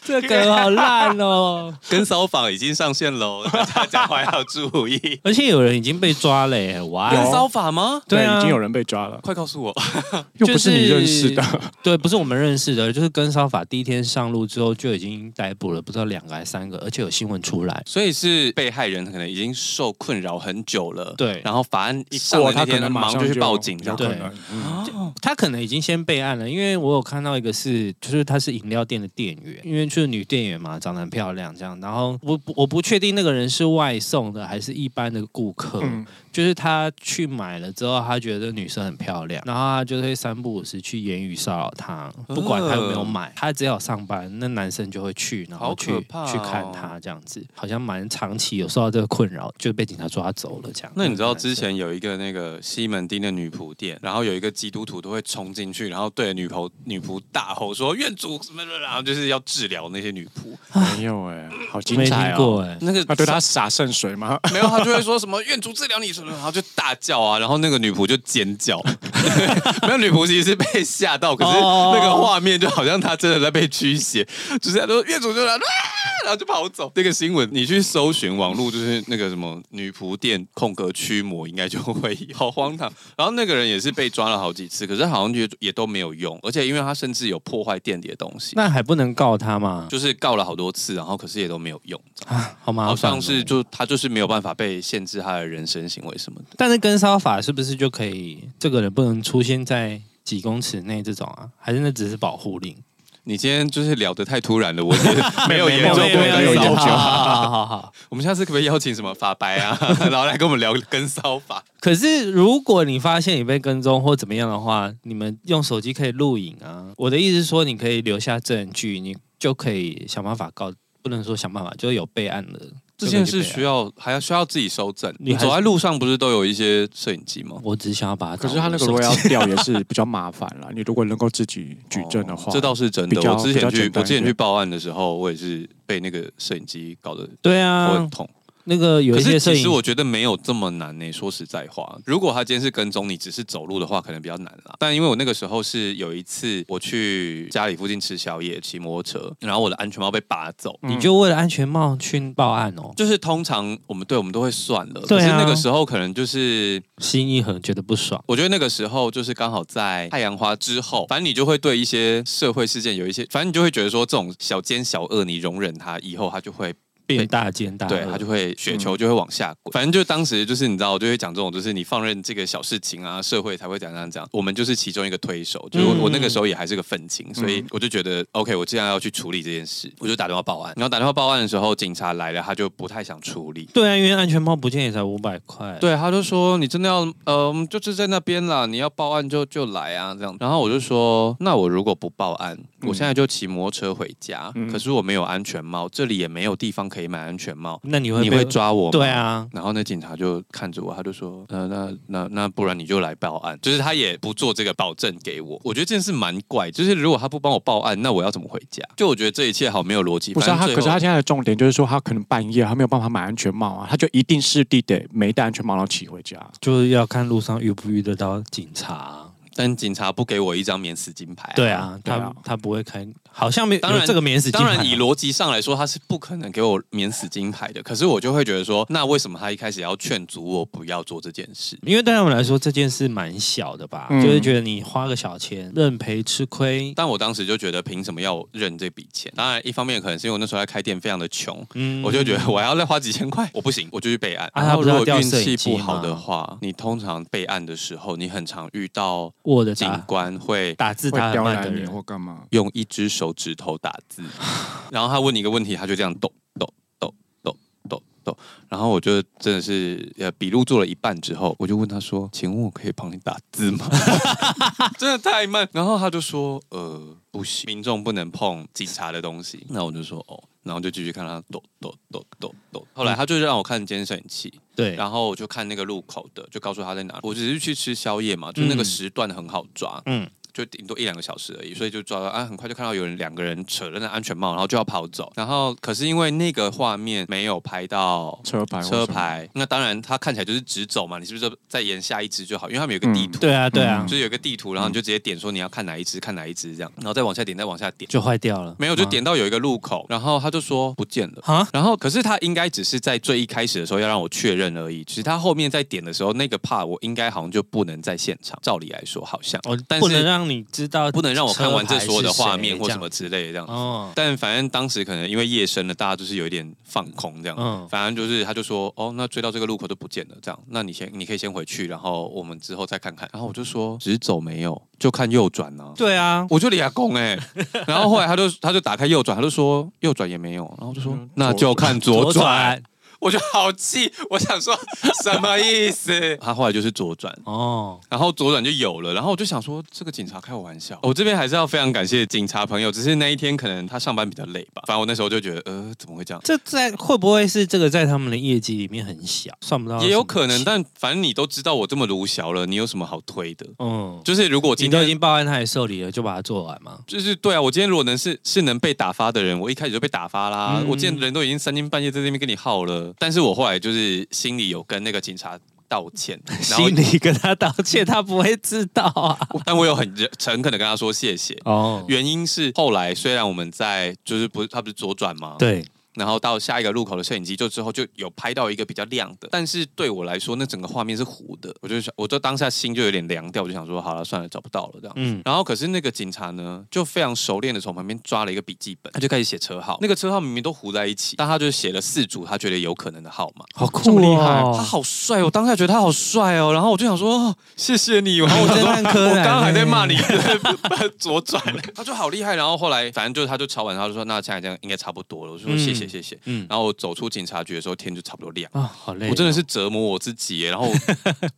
S1: 这梗好烂哦！
S2: 跟骚法已经上线喽， 大家还要 注意。
S1: 而且有人已经被抓了耶，哇！哦
S2: 跟骚法吗？
S1: 对啊
S3: 已经有人被抓了，
S2: 快告诉我，
S3: 又不是你认识的，
S1: 对，不是我们认识的，就是跟骚法第一天上路之后就已经逮捕了，不知道两个还三个，而且有新闻出来。
S2: 所以是被害人可能已经受困扰很久了，
S1: 对
S2: 然后法案一上
S3: 过
S2: 了
S3: 他
S2: 那
S3: 可能
S2: 天，
S3: 马
S2: 忙
S3: 上
S2: 就去报警，这
S3: 有
S2: 样
S3: 可
S1: 对
S3: 能。嗯
S1: 他可能已经先备案了，因为我有看到一个是，就是她是饮料店的店员，因为就是女店员嘛，长得很漂亮这样。然后我不我不确定那个人是外送的还是一般的顾客，
S3: 嗯
S1: 就是他去买了之后，他觉得女生很漂亮，然后他就会三不五时去言语骚扰她，
S2: 啊
S1: 不管她有没有买，她只要有上班，那男生就会去，然后
S2: 好
S1: 去、
S2: 可怕哦
S1: 去看她这样子，好像蛮长期有受到这个困扰，就被警察抓走了这样。
S2: 那你知道
S1: 个男生
S2: 之前有一个那个西门町的女仆店，然后有一个基督徒都会冲进去，然后对着女仆女仆大吼说“愿主什么什么”，然后就是要治疗那些女仆。
S3: 没有哎，好精
S1: 没
S3: 彩
S1: 听
S3: 哦！
S1: 过哎、
S2: 那个
S3: 他对他洒圣水吗？
S2: 没有，他就会说什么“愿主治疗你”什么，然后就大叫啊，然后那个女仆就尖叫。 没有女仆其实是被吓到，可是那个画面就好像她真的在被驱邪，就是她说“愿主就来”，啊然后就跑走。那个新闻你去搜寻网络，就是那个什么女仆店空格驱魔，应该就会有， 好荒唐。然后那个人也是被抓了好几次，可是好像也也都没有用，而且因为他甚至有破坏店里的东西。
S1: 那还不能告他吗？
S2: 就是告了好多次，然后可是也都没有用，
S1: 啊，好麻烦、
S2: 好像是，就他就是没有办法被限制他的人生行为什么的。
S1: 但是跟骚法是不是就可以？这个人不能出现在几公尺内这种啊？还是那只是保护令？
S2: 你今天就是聊得太突然了，我也没有研究
S3: 没有没有没有
S2: 过跟
S3: 研究
S2: 骚
S1: 好
S2: 法。
S1: 好好好。
S2: 我们下次可不可以邀请什么法白啊， 然后来跟我们聊跟骚法？
S1: 可是如果你发现你被跟踪或怎么样的话，你们用手机可以录影啊。我的意思是说，你可以留下证据，你就可以想办法告，不能说想办法，就是有备案的。
S2: 这件事
S1: 就可以去
S2: 需
S1: 备案，
S2: 要还要需要自己收证。
S1: 你
S2: 你
S1: 还是
S2: 走在路上不是都有一些摄影机吗？
S1: 我只想要把它。
S3: 可是他那个如果要掉也是比较麻烦了。你如果能够自己举证的话，
S2: 哦这倒是真
S3: 比
S2: 的。
S3: 较
S2: 我之前
S3: 比较
S2: 去
S3: 简单
S2: 我
S3: 一点
S2: 之前去报案的时候，我也是被那个摄影机搞得
S1: 对
S2: 头
S1: 啊
S2: 很，痛。
S1: 那个有
S2: 可
S1: 一些
S2: 是
S1: 摄
S2: 其实
S1: 影
S2: 我觉得没有这么难呢、说实在话，如果他今天是跟踪你，只是走路的话，可能比较难啦。但因为我那个时候是有一次我去家里附近吃宵夜，骑摩托车，然后我的安全帽被拔走。
S1: 你就为了安全帽去报案哦，
S2: 就是通常我们对我们都会算了，
S1: 对
S2: 可
S1: 啊
S2: 是那个时候可能就是，
S1: 心一横觉得不爽。
S2: 我觉得那个时候就是刚好在太阳花之后，反正你就会对一些社会事件有一些，反正你就会觉得说这种小奸小恶，你容忍他以后，他就会
S1: 变大奸大恶，
S2: 对，他就会呃雪球就会往下滚。反正就当时就是你知道，我就会讲这种，就是你放任这个小事情啊，社会才会怎样怎样怎样。我们就是其中一个推手，就是我,、
S1: 嗯
S2: 我那个时候也还是个愤青，所以我就觉得 OK，我既然要去处理这件事，我就打电话报案。然后打电话报案的时候，警察来了，他就不太想处理。
S1: 对啊，因为安全帽不见也才五百块。，
S2: 对，他就说你真的要，呃，我们就是在那边啦，你要报案就就来啊，这样。然后我就说，那我如果不报案，我现在就骑摩托车回家，
S3: 嗯
S2: 可是我没有安全帽，这里也没有地方可以买安全帽，
S1: 那你会
S2: 你
S1: 被
S2: 会？抓我吗？
S1: 对啊，
S2: 然后那警察就看着我，他就说：“呃，那那那不然你就来报案。”就是他也不做这个保证给我，我觉得这件事蛮怪。就是如果他不帮我报案，那我要怎么回家？就我觉得这一切好没有逻辑。
S3: 不是啊
S2: 反
S3: 他，
S2: 正
S3: 可是
S2: 最后
S3: 他现在的重点就是说，他可能半夜他没有办法买安全帽啊，他就一定是地得没戴安全帽然后骑回家。
S1: 就是要看路上遇不遇得到警察。
S2: 但警察不给我一张免死金牌、
S1: 对。啊，
S3: 对
S1: 他
S3: 啊
S1: 他不会开，好像没有
S2: 当然
S1: 有这个免死金
S2: 当
S1: 牌啊。
S2: 然，以逻辑上来说，他是不可能给我免死金牌的。可是我就会觉得说，那为什么他一开始要劝阻我不要做这件事？
S1: 因为对他们来说这件事蛮小的吧，
S3: 嗯
S1: 就是觉得你花个小钱认赔吃亏，
S2: 但我当时就觉得，凭什么要我认这笔钱？当然，一方面可能是因为我那时候在开店，非常的穷，
S1: 嗯
S2: 我就觉得我还要再花几千块，我不行，我就去备案。
S1: 啊
S2: 然
S1: 他
S2: 后
S1: 不是
S2: 如
S1: 要
S2: 果
S1: 调
S2: 运
S1: 摄影
S2: 气
S1: 机
S2: 不好的
S1: 吗
S2: 话，你通常备案的时候，你很常遇到
S1: 我的
S2: 警
S1: 打
S2: 官会
S1: 打字
S3: 会
S1: 打很
S3: 刁
S1: 慢的
S3: 难你
S1: 人，
S3: 或干嘛？
S2: 用一只手指头打字，然后他问你一个问题，他就这样抖抖抖抖抖抖，然后我就真的是呃笔录做了一半之后，我就问他说：“请问我可以帮你打字吗？” 真的太慢，然后他就说：“呃，不行，民众不能碰警察的东西。”那我就说：“哦。”然后就继续看他抖抖抖抖抖，后来他就让我看监视摄影器，
S1: 对，
S2: 然后我就看那个路口的，就告诉他在哪。我只是去吃宵夜嘛，就那个
S1: 嗯
S2: 时段很好抓。
S1: 嗯，
S2: 就顶多一两个小时而已，所以就抓到啊，很快就看到有人两个人扯着那安全帽，然后就要跑走，然后可是因为那个画面没有拍到
S3: 车牌或什
S2: 车
S3: 么
S2: 牌，
S1: 嗯
S2: 那当然它看起来就是直走嘛，你是不是就再沿下一只就好？因为他们有一个地图，
S1: 对啊，对啊，
S2: 嗯就是有一个地图，然后你就直接点说你要看哪一只，看哪一只这样，然后再往下点，再往下点，
S1: 就坏掉了。嗯
S2: 没有就点到有一个路口，然后他就说不见了。
S1: 啊，
S2: 然后，可是他应该只是在最一开始的时候要让我确认而已。其实他后面在点的时候，那个怕我应该好像就不能在现场。照理来说，好像
S1: 我
S2: 但
S1: 不能
S2: 是
S1: 让你知道，
S2: 不能让我看完这所有的画面或什么。之类的这样。
S1: 哦，
S2: 但反正当时可能因为夜深了，大家就是有一点放空这样。
S1: 嗯
S2: 反正就是他就说，哦，那追到这个路口就不见了，这样，那你先你可以先回去，然后我们之后再看看。然后我就说，直走没有，就看右转啊。
S1: 对啊，
S2: 我就李亚公哎，然后后来他就他就打开右转，他就说右转也没有，然后我就说
S3: 嗯
S2: 那就看左转，
S1: 转
S2: 我就好气，我想说什么意思？ 他后来就是左转。
S1: 哦，
S2: 然后左转就有了，然后我就想说，这个警察开我玩笑。我这边还是要非常感谢警察朋友，只是那一天可能他上班比较累吧。反正我那时候就觉得，呃，怎么会这样？
S1: 这在会不会是这个在他们的业绩里面很小，算不到，
S2: 也有可能，。但反正你都知道我这么鲁小了，你有什么好推的？
S1: 嗯，
S2: 就是如果我
S1: 你
S2: 今
S1: 都已
S2: 天
S1: 经报案，他也受理了，就把它做完嘛。
S2: 就是对啊，我今天如果能是是能被打发的人，我一开始就被打发啦。
S1: 嗯
S2: 我今天人都已经三更半夜在那边跟你耗了，但是我后来就是心里有跟那个警察道 歉，然后
S1: 心里跟他道歉，他不会知道啊。
S2: 但我有很诚恳的跟他说谢谢。
S1: 哦，
S2: 原因是后来虽然我们在就是不是他不是左转吗？。
S1: 对，
S2: 然后到下一个路口的摄影机就之后就有拍到一个比较亮的，但是对我来说那整个画面是糊的，我就想我就当下心就有点凉掉，我就想说好了算了找不到了这样。
S1: 嗯，
S2: 然后可是那个警察呢，就非常熟练的从旁边抓了一个笔记本，他就开始写车号。那个车号明明都糊在一起，但他就写了四组他觉得有可能的号码。
S1: 好
S2: 这
S1: 酷哦，
S2: 么厉害，他好帅哦！我当下觉得他好帅哦，然后我就想说，哦、谢谢你。然后我想说，
S1: 我在看柯南哎
S2: 我刚刚还在骂你 左转，他就好厉害。然后后来反正就是他就抄完，他就说那现在这样应该差不多了。我就说
S1: 嗯
S2: 谢谢谢谢。
S1: 嗯
S2: 然后我走出警察局的时候，天就差不多亮了。
S1: 啊，好累哦，
S2: 我真的是折磨我自己耶，然后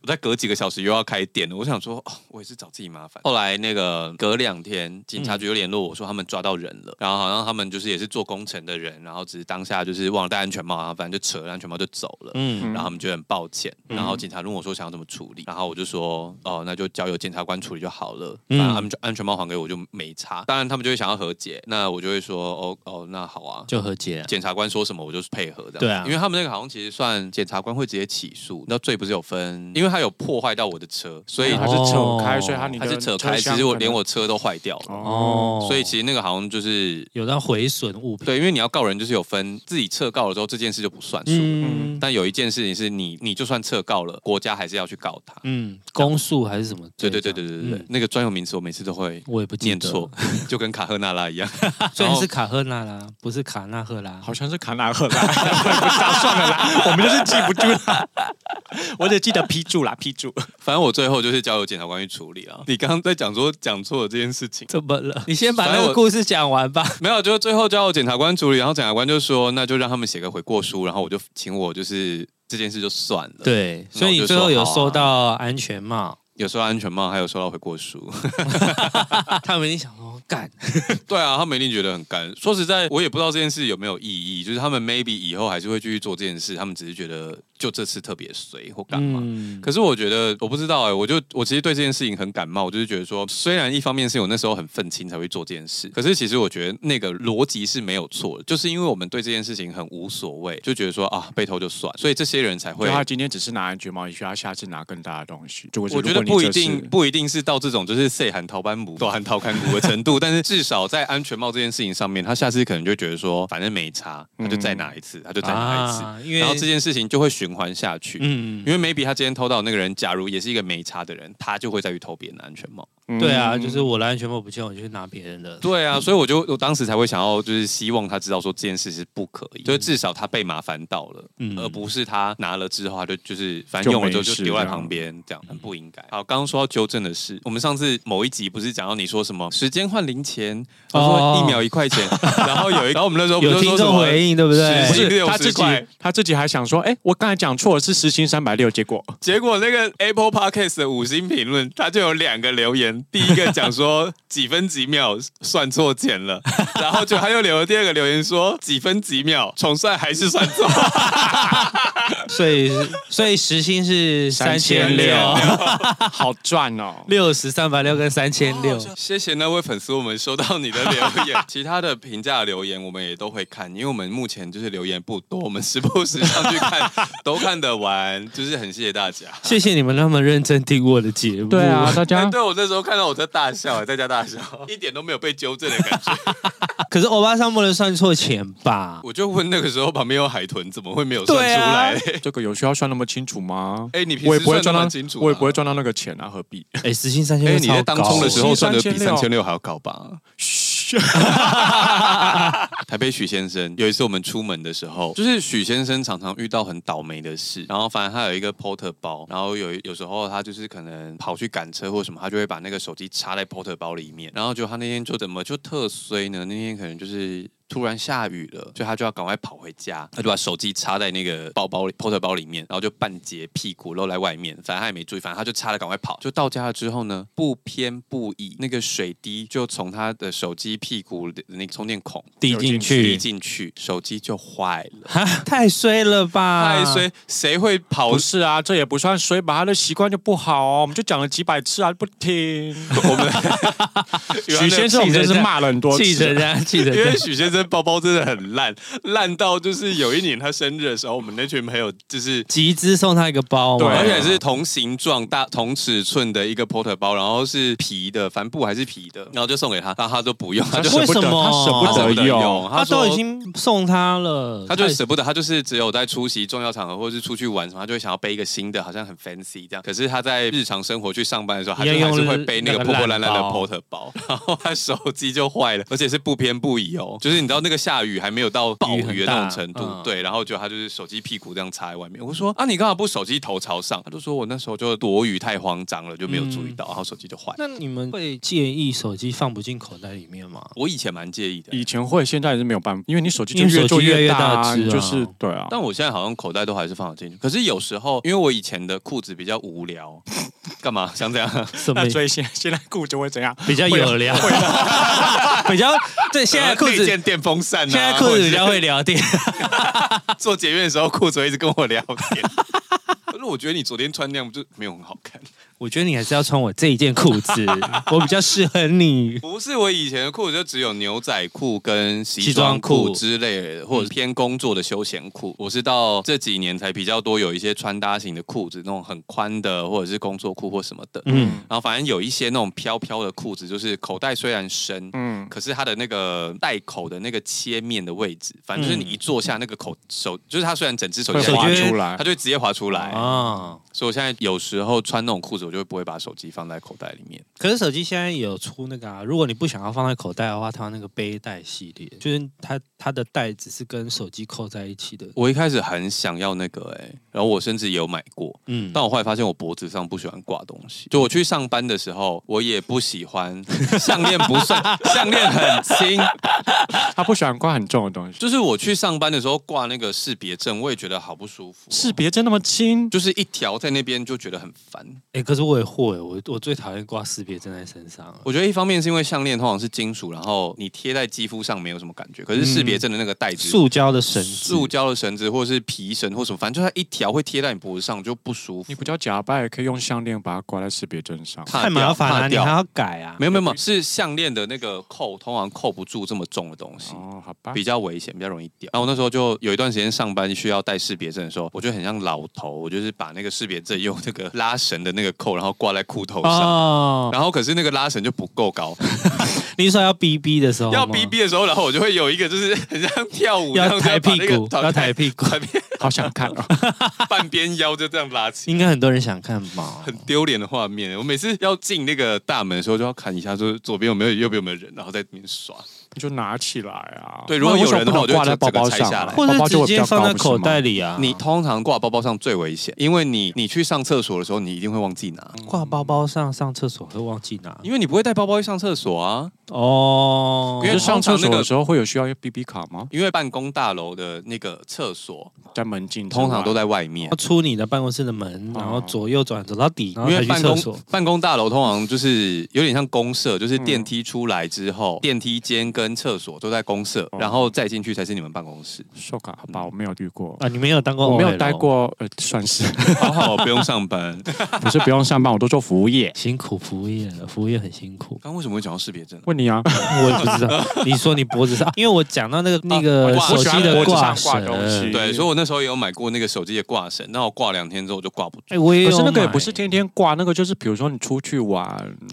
S2: 我再隔几个小时又要开店了，我想说，哦，我也是找自己麻烦。后来那个隔两天，警察局又联络我说他们抓到人了，然后好像他们就是也是做工程的人，然后只是当下就是忘了戴安全帽，然后反正就扯了安全帽就走了。
S1: 嗯，
S2: 然后他们就很抱歉，然后警察问我说想要怎么处理，然后我就说哦，那就交由检察官处理就好了，
S1: 嗯
S2: 反正他们就安全帽还给我就没差。当然他们就会想要和解，那我就会说哦哦，那好啊，
S1: 就和解啊。
S2: 检察官说什么我就是配合这样。
S1: 对啊
S2: 因为他们那个好像其实算检察官会直接起诉，那罪不是有分，因为他有破坏到我的车，所以
S3: 他
S2: 他
S3: 是
S2: 是
S3: 扯开，
S1: 哦
S3: 所以他你
S2: 他
S3: 的
S2: 是扯开，
S3: 车
S2: 其
S3: 厢
S2: 实我
S3: 可能
S2: 连我车都坏掉了，
S3: 哦，
S2: 所以其实那个好像就是
S1: 有到毁损物品，
S2: 对，因为你要告人就是有分自己撤告了之后这件事就不算数。
S1: 嗯
S2: 但有一件事情是你，你就算撤告了，国家还是要去告他。
S1: 嗯，公诉还是什么？
S2: 对对对对对对对，
S1: 嗯
S2: 那个专有名词我每次都会
S1: 我也不记
S2: 念
S1: 得
S2: 错，， 就跟卡赫纳拉一样。
S1: 虽然是卡赫纳拉，不是卡纳赫拉。
S3: 好像是卡纳赫拉，我也不知道算了啦，我们就是记不住啦， 我只记得批注啦，批注。
S2: 反正我最后就是交由检察官去处理啊了。你刚刚在讲说讲错了这件事情。
S1: 怎么了？你先把
S2: 反
S1: 那
S2: 正
S1: 个
S2: 我
S1: 故事讲完吧。
S2: 没有，就是最后交由检察官处理，然后检察官就说，那就让他们写个悔过书，然后我就请我就是这件事就算了。，
S1: 对，所以你最后
S2: 啊
S1: 有收到安全帽，
S2: 有收到安全帽，还有收到悔过书。啊
S1: 他们一定想说干，
S2: 对啊，他们一定觉得很干。说实在，我也不知道这件事有没有意义，就是他们 maybe 以后还是会继续做这件事，他们只是觉得就这次特别随或干嘛。
S1: 嗯，
S2: 可是我觉得，我不知道哎、我就我其实对这件事情很感冒，我就是觉得说，虽然一方面是我那时候很愤青才会做这件事，可是其实我觉得那个逻辑是没有错的，就是因为我们对这件事情很无所谓，就觉得说啊被偷就算，所以这些人才会
S3: 就。他今天只是拿安全帽，也许他下次拿更大的东西。如果是
S2: 我觉得
S3: 如果
S2: 不
S3: 你
S2: 一
S3: 这是
S2: 定，不一定是到这种就是塞喊逃班母、多喊 逃看骨的程度，但是至少在安全帽这件事情上面，他下次可能就觉得说，反正没差，他就再拿一次，他就再拿一次，
S1: 啊，因为
S2: 然后这件事情就会循环下去。
S1: 嗯，
S2: 因为 maybe 他今天偷到的那个人，假如也是一个没差的人，他就会再去偷别人的安全帽。
S3: 嗯
S1: 对啊，就是我的安全帽不见，我就去拿别人的。
S2: 对啊，所以我就我当时才会想要，就是希望他知道说这件事是不可以，就是至少他被麻烦到了，
S1: 嗯
S2: 而不是他拿了之后他就就是反正用了之后
S3: 就
S2: 就
S3: 没事
S2: 丢在旁边，这样嗯很不应该。好，刚刚说到纠正的事，我们上次某一集不是讲到你说什么时间换零钱，我说
S1: 哦
S2: 一秒一块钱， 然后有一，然后我们那时候不
S1: 有
S2: 是
S1: 听
S2: 说什
S1: 众
S2: 么
S1: 回应，对不
S2: 不
S3: 不
S1: 对？
S2: 是
S3: 是哎
S2: 60
S3: 他自己
S2: 块，
S3: 他自己还想说，哎，我刚才讲错了，是时薪三百六，结果
S2: 结果那个 Apple Podcast 的五星评论，它就有两个留言，第一个讲说几分几秒算错钱了，然后就他又留了第二个留言说几分几秒重算还是算错，
S1: 所以 所以时薪是三千六，
S3: 好赚哦。
S1: 六十三百六跟三千六，
S2: 谢谢那位粉丝，我们收到你的留言，其他的评价留言我们也都会看，因为我们目前就是留言不多，我们时不时上去看，都看得完，就是很谢谢大家。
S1: 谢谢你们那么认真听我的节目。
S3: 对啊，，大
S2: 哎
S3: 家
S2: 对我那时候看到我在大笑，在家大笑，一点都没有被纠正的感觉。
S1: 可是欧巴桑不能算错钱 吧？
S2: 我就问那个时候旁边有海豚，怎么会没有算出来？哎、
S3: 这个有需要算那么清楚吗？
S2: 你哎平
S3: 我
S2: 时
S3: 也不会
S2: 算
S3: 赚
S2: 那
S3: 到
S2: 么清楚、，啊
S3: 我也不会。赚到那个钱啊，何必？
S1: 哎，时薪三千
S2: 哎、
S1: 六，
S2: 你在当冲的时候算的比三
S3: 3600
S2: 千六还要高吧？台北许先生有一次我们出门的时候，就是许先生常常遇到很倒霉的事，然后反正他有一个 porter 包，然后有有时候他就是可能跑去赶车或什么，他就会把那个手机插在 porter 包里面，然后就他那天就怎么就特衰呢？那天可能就是。突然下雨了，所以他就要赶快跑回家，他就把手机插在那个包包里 porter 包里面，然后就半截屁股露在外面，反正他也没注意，反正他就插了，赶快跑。就到家了之后呢，不偏不倚，那个水滴就从他的手机屁股的那个充电孔
S1: 递进
S2: 滴
S1: 去，
S2: 进去，手机就坏了。
S1: 哈，太衰了吧？
S2: 太衰，谁会跑
S3: 不？是啊，这也不算衰吧，他的习惯就不好哦。我们就讲了几百次啊，不 听。
S2: 我们
S3: 许先生，我们真是骂了很多
S1: 气人
S3: 次。
S1: 家，气
S2: 啊因
S1: 人
S2: 为
S1: 家。
S2: 许先生包包真的很烂，烂到就是有一年他生日的时候，我们那群朋友就是。
S1: 集资送他一个包嘛，
S3: 对
S2: 而且是同形状、大同尺寸的一个 porter 包，然后是皮的，帆布还是皮的，然后就送给他，但他都不用，他就
S1: 为什么
S3: 他
S2: 他
S3: 舍
S2: 舍
S3: 不
S2: 不
S3: 得
S2: 得
S3: 用
S2: 用，？
S1: 他
S2: 说
S1: 都已经送他了，
S2: 他就
S1: 太
S2: 舍不得，他就是只有在出席重要场合或是出去玩什么，他就会想要背一个新的，好像很 fancy 这样。可是他在日常生活去上班的时候，他就
S1: 一样
S2: 还
S1: 用
S2: 是会背那个破破烂烂的
S1: 那个
S2: porter 包，然后他手机就坏了，而且是不偏不倚哦，就是你知道那个下雨还没有到暴雨的那种程度，
S1: 雨很大嗯
S2: 对，然后就他就是手机屁股这样插在外面。我说啊，你干嘛不手机头朝上？他就说我那时候就躲雨太慌张了，就没有注意到，然后手机就坏了。
S1: 那你们会介意手机放不进口袋里面吗？
S2: 我以前蛮介意的，
S3: 以前会，现在也是没有办法，因为你手机就
S1: 因为手机
S3: 做
S1: 越来越
S3: 大啊，
S1: 大只啊
S3: 你就是对啊。
S2: 但我现在好像口袋都还是放得进去，可是有时候因为我以前的裤子比较无聊， 干嘛想怎样？
S1: 什么
S3: 那所以现现在顾就会怎样？
S1: 比较有聊， 比较对现在裤
S2: 可能内
S1: 子，现
S2: 建电风扇、啊，
S1: 在裤子比较 会聊天。
S2: 或者是做节约的时候，裤子会一直跟我聊 天。可是我觉得你昨天穿那样就没有很好看。
S1: 我觉得你还是要穿我这一件裤子，我比较适合你。
S2: 不是我以前的裤子就只有牛仔裤跟西
S1: 西
S2: 装
S1: 装
S2: 裤
S1: 裤
S2: 之类的，或者偏工作的休闲裤。我是到这几年才比较多有一些穿搭型的裤子，那种很宽的或者是工作裤或什么的。
S1: 嗯，
S2: 然后反正有一些那种飘飘的裤子，就是口袋虽然深，
S3: 嗯，
S2: 可是它的那个袋口的那个切面的位置，反正就是
S1: 嗯
S2: 你一坐下，那个口手就是它虽然整只手
S3: 会
S2: 机在里
S1: 滑
S2: 面
S3: 出来
S2: 它就会直接滑出来。
S1: 啊，
S2: 所以我现在有时候穿那种裤子，我就不会把手机放在口袋里面。
S1: 可是手机现在有出那个啊，如果你不想要放在口袋的话，它有那个背带系列，就是它它的带子是跟手机扣在一起的。
S2: 我一开始很想要那个哎、然后我甚至也有买过，
S1: 嗯，
S2: 但我后来发现我脖子上不喜欢挂东西。就我去上班的时候，我也不喜欢 项链，不算 项链很轻，
S3: 他不喜欢挂很重的东西。
S2: 就是我去上班的时候挂那个识别证，我也觉得好不舒服。
S3: 识别真那么轻？
S2: 就是一条在那边就觉得很烦。
S1: 哎、可是我也会，我我最讨厌挂识别证在身上了。
S2: 我觉得一方面是因为项链通常是金属，然后你贴在肌肤上没有什么感觉，可是识别证的那个带子。
S1: 嗯塑胶的绳子，
S2: 塑胶的绳子，或者是皮绳，或什么，反正就它一条会贴在你脖子上，就不舒服
S3: 你。不叫假掰，可以用项链把它挂在识别证上。
S2: 怕
S1: 太麻烦了、
S2: 怕
S1: 你
S2: 掉
S1: 还要改啊？
S2: 没有没有没有，是项链的那个扣，通常扣不住这么重的东西，
S1: 啊
S3: 哦，好吧。
S2: 比较危险，比较容易掉。然后啊我那时候就有一段时间上班需要带识别证的时候，我就很像老头，我就是把那个识别证用那个拉绳的那个扣，然后挂在裤头上，
S1: 哦，
S2: 然后可是那个拉绳就不够高，
S1: 你是说要 BB 的时候吗
S2: 要逼逼的时候，然后我就会有一个就是 很像跳舞，然后
S1: 哦要
S2: 就
S1: 抬
S2: 把那
S1: 屁
S2: 个
S1: 股，
S2: 把
S1: 要抬屁股，
S2: 半边
S3: 好想看哦。
S2: 半边腰就这样拉起，
S1: 应该很多人想看吧？
S2: 很丢脸的画面。我每次要进那个大门的时候，就要看一下，就是左边有没有，右边有没有人，然后在那边耍。
S3: 你就拿起来啊。
S2: 对如果有人的话我就
S3: 为什么不能
S2: 整个
S3: 挂在包包
S2: 拆
S3: 上
S2: 下
S3: 啊，
S2: 来
S1: 或
S3: 包
S1: 者
S3: 包就
S1: 直
S3: 会比
S1: 接
S3: 较
S1: 放
S3: 高
S1: 在口袋。里啊。
S2: 你通常挂包包上最危险，因为你你去上厕所的时候，你一定会忘记拿，
S1: 挂包包上上厕所会忘记拿
S2: 因为你不会带包包去上厕所啊。
S1: 哦
S2: 因
S3: 不是吗
S2: 为
S3: 可是上厕
S2: 通常
S3: 所
S2: 那个
S3: 的时候会有需要 B B 卡吗？
S2: 因为办公大楼的那个厕所
S3: 在门禁之外，
S2: 通常都在外面
S1: 要。出你的办公室的门，
S3: 哦
S1: 然后左右转走到底，然后
S2: 因
S1: 才
S2: 为
S1: 去
S2: 办
S1: 厕
S2: 公
S1: 所。嗯
S2: 办公大楼通常就是有点像公社，就是电梯出来之后，电梯间跟跟厕所都在公社，
S3: 哦
S2: 然后再进去才是你们办公 室。
S3: 受卡好吧，我没有遇过，
S1: 啊，你没有当过，
S3: 我没有待，过，呃，算是
S2: 好哦好，不用上班。。
S3: 不是不用上班，我都做服务业。
S1: 辛苦服务业了，服务业很辛苦
S2: 刚刚为什么会讲到识别证啊？
S3: 问你啊，
S1: 我也不知道， 你说你脖子上，因为我讲到那 个那个
S2: 挂
S1: 手机
S3: 我
S1: 的
S3: 喜
S1: 挂
S3: 欢脖子上挂东西
S1: 绳，
S2: 对，所以我那时候也有买过那个手机的挂绳，那我挂两天之后就挂不住。
S1: 哎，我也有
S3: 可
S1: 买，
S3: 是那个也不是天天挂，那个就是比如说你出去玩，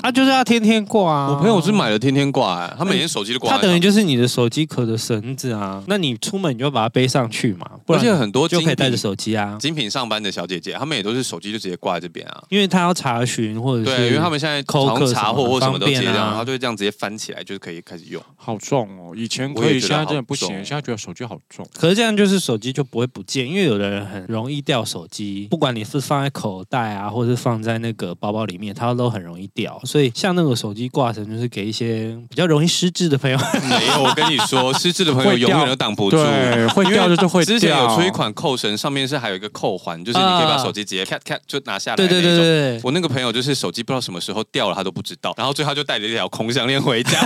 S1: 啊，就是要天天挂啊。
S2: 我朋友是买了天天挂、哎他每天手机都挂在
S1: 它
S2: 上面。
S1: 等于就是你的手机壳的绳子啊，那你出门你就把它背上去嘛，不
S2: 而
S1: 然
S2: 且很多
S1: 就可以带着
S2: 精
S1: 手机啊
S2: 品，精品上班的小姐姐，她们也都是手机就直接挂在这边啊。
S1: 因为他要查询或者是
S2: 对，因为他们现在
S1: 扣
S2: 好像
S1: 客
S2: 查
S1: 什么
S2: 货
S1: 的
S2: 或什么都直接
S1: 方便
S2: 这
S1: 啊
S2: 样，她就会这样直接翻起来，就是可以开始用。
S3: 好重哦。以前
S2: 我
S3: 可
S2: 也
S3: 以，
S2: 觉
S3: 现
S2: 得
S3: 在真的不行
S2: 好，重
S3: 现在觉得手机好重。
S1: 可是这样就是手机就不会不见，因为有的人很容易掉手机，不管你是放在口袋啊，或者是放在那个包包里面，它都很容易掉。所以像那个手机挂绳，就是给一些比较容易失智的 朋友。
S2: 没有，我跟你说，失智的朋友
S3: 会
S2: 永
S3: 掉
S2: 远都挡不住。
S3: 对，会
S2: 因为
S3: 掉就是会掉。
S2: 之前有出一款扣绳，上面是还有一个扣环，就是你可以把手机直接 cat cat 就拿下来。
S1: 对对对。对对，
S2: 我那个朋友就是手机不知道什么时候掉了，他都不知道，然后最后他就带着一条空项链回家，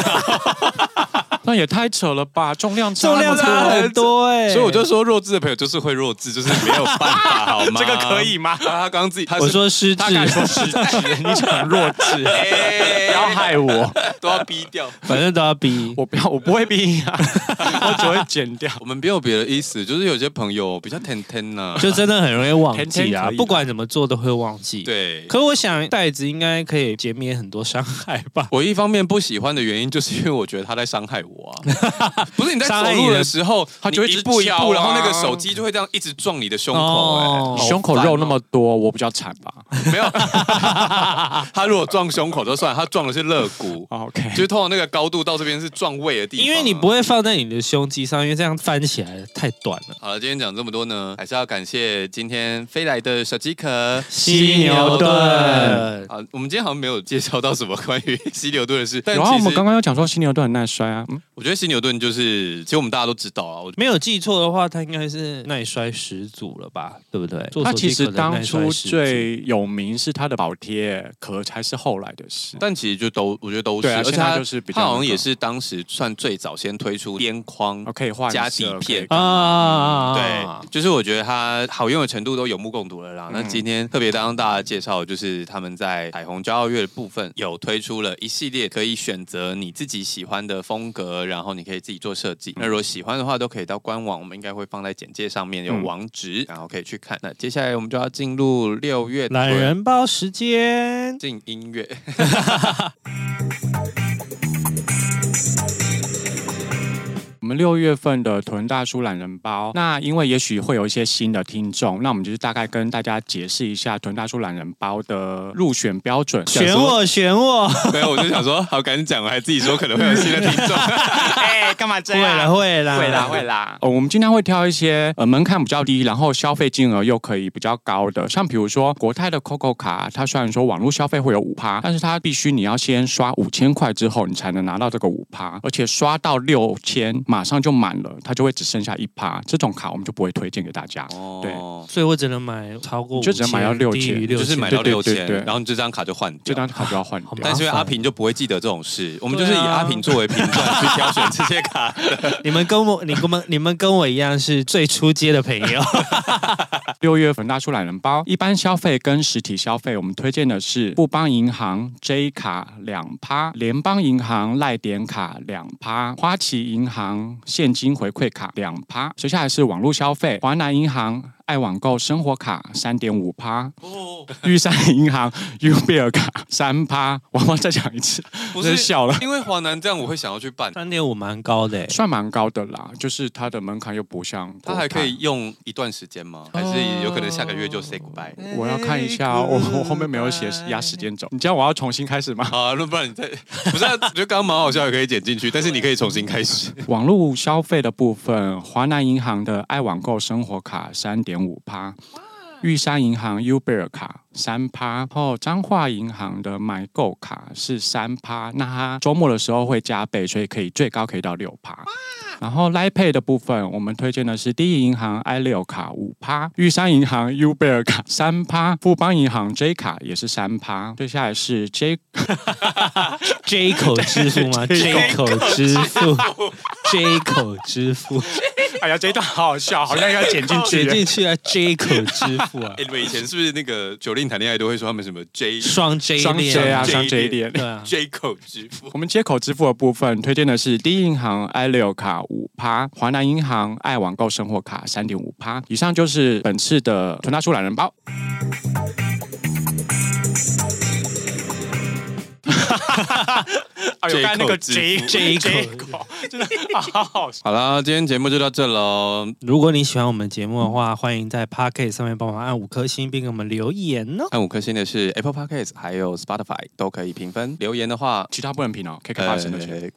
S3: 那也太扯了吧，重量 差
S1: 重量
S3: 那么
S1: 差
S3: 多
S1: 很多哎、
S2: 所以我就说弱智的朋友就是会弱智，就是没有办法，好吗？
S3: 这个可以吗？
S2: 然后他刚刚自己，他是
S1: 我说失智
S3: 大，概说失 智， 你很弱智，
S2: 哎
S3: 不要害我，
S2: 都要逼掉。
S1: 反正都要逼。
S3: 我不要，我不会逼啊， 我只会剪掉。
S2: 我们没有别的意思，就是有些朋友比较天天呐、
S1: 就真的很容易忘
S3: 天
S1: 记
S3: 天
S1: 啊
S3: 可，以
S1: 不管怎么做都会忘记。，
S2: 对。
S1: 可我想袋子应该可以减免很多伤害吧。
S2: 我一方面不喜欢的原因，就是因为我觉得他在伤害我啊。不是你在
S1: 伤害
S2: 走
S1: 你的
S2: 路的时候，
S3: 他就会
S2: 你
S3: 一
S2: 一
S3: 直
S2: 步一
S3: 敲
S2: 步，
S3: 啊
S2: 然后那个手机就会这样一直撞你的胸口、哎、
S1: 哦
S2: 好
S3: 胸口
S2: 烦哦
S3: 肉那么多，我比较惨吧。
S2: 没有， 他如果撞胸口就算，他撞的是肋骨，
S3: OK，
S2: 就是通常那个高度到这边是撞胃的地方啊、
S1: 因为你不会放在你的胸肌上，因为这样翻起来太短了。
S2: 好了，今天讲这么多呢，还是要感谢今天飞来的小鸡壳。
S3: 犀牛顿
S2: 啊，我们今天好像没有介绍到什么关于犀牛顿的事，但
S3: 然后我
S2: 其
S3: 们
S2: 实
S3: 刚刚有讲说犀牛都很耐摔啊，嗯，
S2: 我觉得犀牛顿就是，其实我们大家都知道啊，我
S1: 没有记错的话，它应该是耐摔始祖了吧？对不对？做
S3: 他
S1: 手机
S3: 其实
S1: 壳的
S3: 当
S1: 耐摔
S3: 初
S1: 始祖
S3: 最有名是他的保贴壳，才是后来的事。
S2: 但其实就都我觉得都是，
S3: 对啊
S2: 而且
S3: 现在
S2: 它
S3: 就是比较
S2: 它好像
S3: 那个
S2: 也是当时算最早先推出边框
S3: 哦，可以换
S2: 加
S3: 色
S2: 底
S3: 可以
S2: 片
S1: 啊啊，啊
S2: 对，就是我觉得它好用的程度都有目共睹了啦。那
S3: 嗯
S2: 今天特别当大家介绍，就是他们在彩虹骄傲月的部分有推出了一系列可以选择你自己喜欢的风格，然后你可以自己做设计。那如果喜欢的话，都可以到官网，我们应该会放在简介上面有
S3: 嗯
S2: 网址，然后可以去看。那接下来我们就要进入六月
S1: 懒
S2: 屯
S1: 人包时间。
S2: 进音乐。
S3: 我们六月份的屯大叔懒人包，那因为也许会有一些新的听众，那我们就是大概跟大家解释一下屯大叔懒人包的入选标准。
S1: 选我，选我！
S2: 没有，我就想说，好赶紧讲，我还自己说可能会有新的听众。
S3: 哎，干嘛这
S1: 会啦，会啦，
S3: 会啦，会啦。呃，我们尽量会挑一些呃门槛比较低，然后消费金额又可以比较高的，像比如说国泰的 COCO 卡，它虽然说网络消费会有五趴，但是它必须你要先刷五千块之后，你才能拿到这个五趴，而且刷到六千马上就满了，它就会只剩下一趴，这种卡我们就不会推荐给大家。对
S2: 哦，
S1: 所以我只能买超过，
S3: 你就只能买到
S1: 六
S3: 6000
S1: 低于
S2: 就
S1: 6000
S2: 是买到
S3: 对
S2: 六
S3: 对对
S2: 千，
S3: 对
S2: 然后你这张卡就换
S3: 这
S2: 掉。
S3: 张卡就要换
S1: 好
S3: 掉。
S2: 但是因为
S1: 麻烦
S2: 阿平就不会记得这种事，我们就是以
S1: 对啊
S2: 阿平作为评断去挑选这些卡。
S1: 你们跟我，你 跟我们，你们跟我一样是最初阶的朋友。
S3: 六月份大出懒人包，一般消费跟实体消费，我们推荐的是富邦银行 J 卡两趴，联邦银行赖点卡两趴，花旗银行现金回馈卡两趴。接下来是网络消费，华南银行。爱网购生活卡三点五趴，
S2: 哦，
S3: 玉山银行 UBL 卡三趴，我忘再讲一次，
S2: 不
S3: 真
S2: 是
S3: 是笑了，
S2: 因为华南这样我会想要去办，
S1: 三点五蛮高的欸，
S3: 算蛮高的啦，就是它的门槛又不像
S2: 他
S3: 国
S2: 还可
S3: 泰
S2: 以用一段时间吗？还是有可能下个月就 say goodbye？
S3: 我要看一下哦，我我后面没有写
S2: 哎
S3: 压时间轴，你这样我要重新开始吗？
S2: 好啊，那不然你再不是啊？我觉得刚刚蛮好笑，也可以剪进去，但是你可以重新开始。
S3: 网络消费的部分，华南银行的爱网购生活卡三点五趴，玉山银行 Uber 卡三趴，然后彰化银行的买购卡是三趴，那它周末的时候会加倍，所以可以最高可以到六趴。然后 Line Pay 的部分，我们推荐的是第一银行 i 六卡五趴，玉山银行 U 贝尔卡三趴，富邦银行 J 卡也是三趴。接下来是 J
S1: J 口支付 吗？J 口支付，J 口支付，
S3: 哎呀，这一段好好笑，好像要 剪进
S1: 写进去啊！J 口支付啊
S2: 哎，，你们以前是不是那个九令谈恋爱都会说他们什么 J
S1: 双 J
S3: 双 J
S1: 链
S3: 啊，
S2: J
S3: 双 J 点。
S1: 对啊，
S2: J 口支付？
S3: 我们接口支付的部分推荐的是第一银行 i 六卡五趴，华南银行爱网购生活卡三点五趴。以上就是本次的屯大叔懒人包。哎
S2: J
S3: 刚才那个
S2: 口支付
S3: J
S1: J 口
S3: J 口，真的好好笑。
S2: 好啦，今天节目就到这喽，
S1: 如果你喜欢我们节目的话，欢迎在 Pocket 上面帮忙按五颗星，并给我们留言哦。
S2: 按五颗星的是 Apple Podcast，还有 Spotify 都可以评分。留言的话，
S3: 其他不能评哦，KK
S2: 呃，
S3: 八神的全。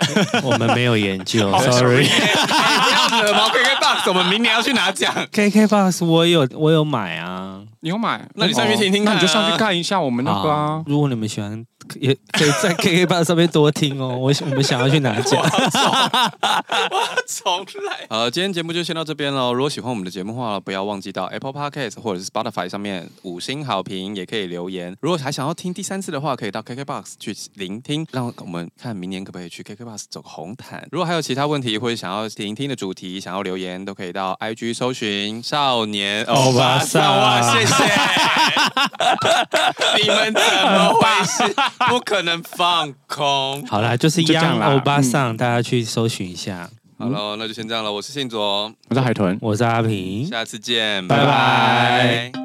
S2: 不
S1: 我们没有研究 ，sorry。
S2: 要惹毛 KKBox，我们明年要去拿奖。
S1: KKBox 我有我有买啊，
S3: 你有买？哦
S2: 那你上去听听看啊
S3: 那你就上去看一下我们那个啊
S1: 好。如果你们喜欢，也可以 在 KKBox 上面多听哦。我我们想要去拿 奖，
S2: 重来。好，今天节目就先到这边喽。如果喜欢我们的节目的话，不要忘记到 Apple Podcast 或者是 Spotify 上面五星好评，也可以留言。如果还想要听第三次的话，可以到 KKBox 去聆听。让我们看明年可不可以去 KKBox 走个红毯。如果还有其他问题或者想要聆听的主题，想要留言，都可以到 IG 搜寻“少年
S1: 欧巴桑
S2: 哇，谢 谢。你们怎么回事？不可能放空。
S1: 好啦，就是
S3: 就这样
S1: 央
S3: 啦嗯
S1: 欧巴桑，大家去搜寻一下。
S2: 好了，那就先这样了。我是信卓，
S3: 我是海豚。
S1: 我是阿平，
S2: 下次见，
S1: 拜拜
S2: 拜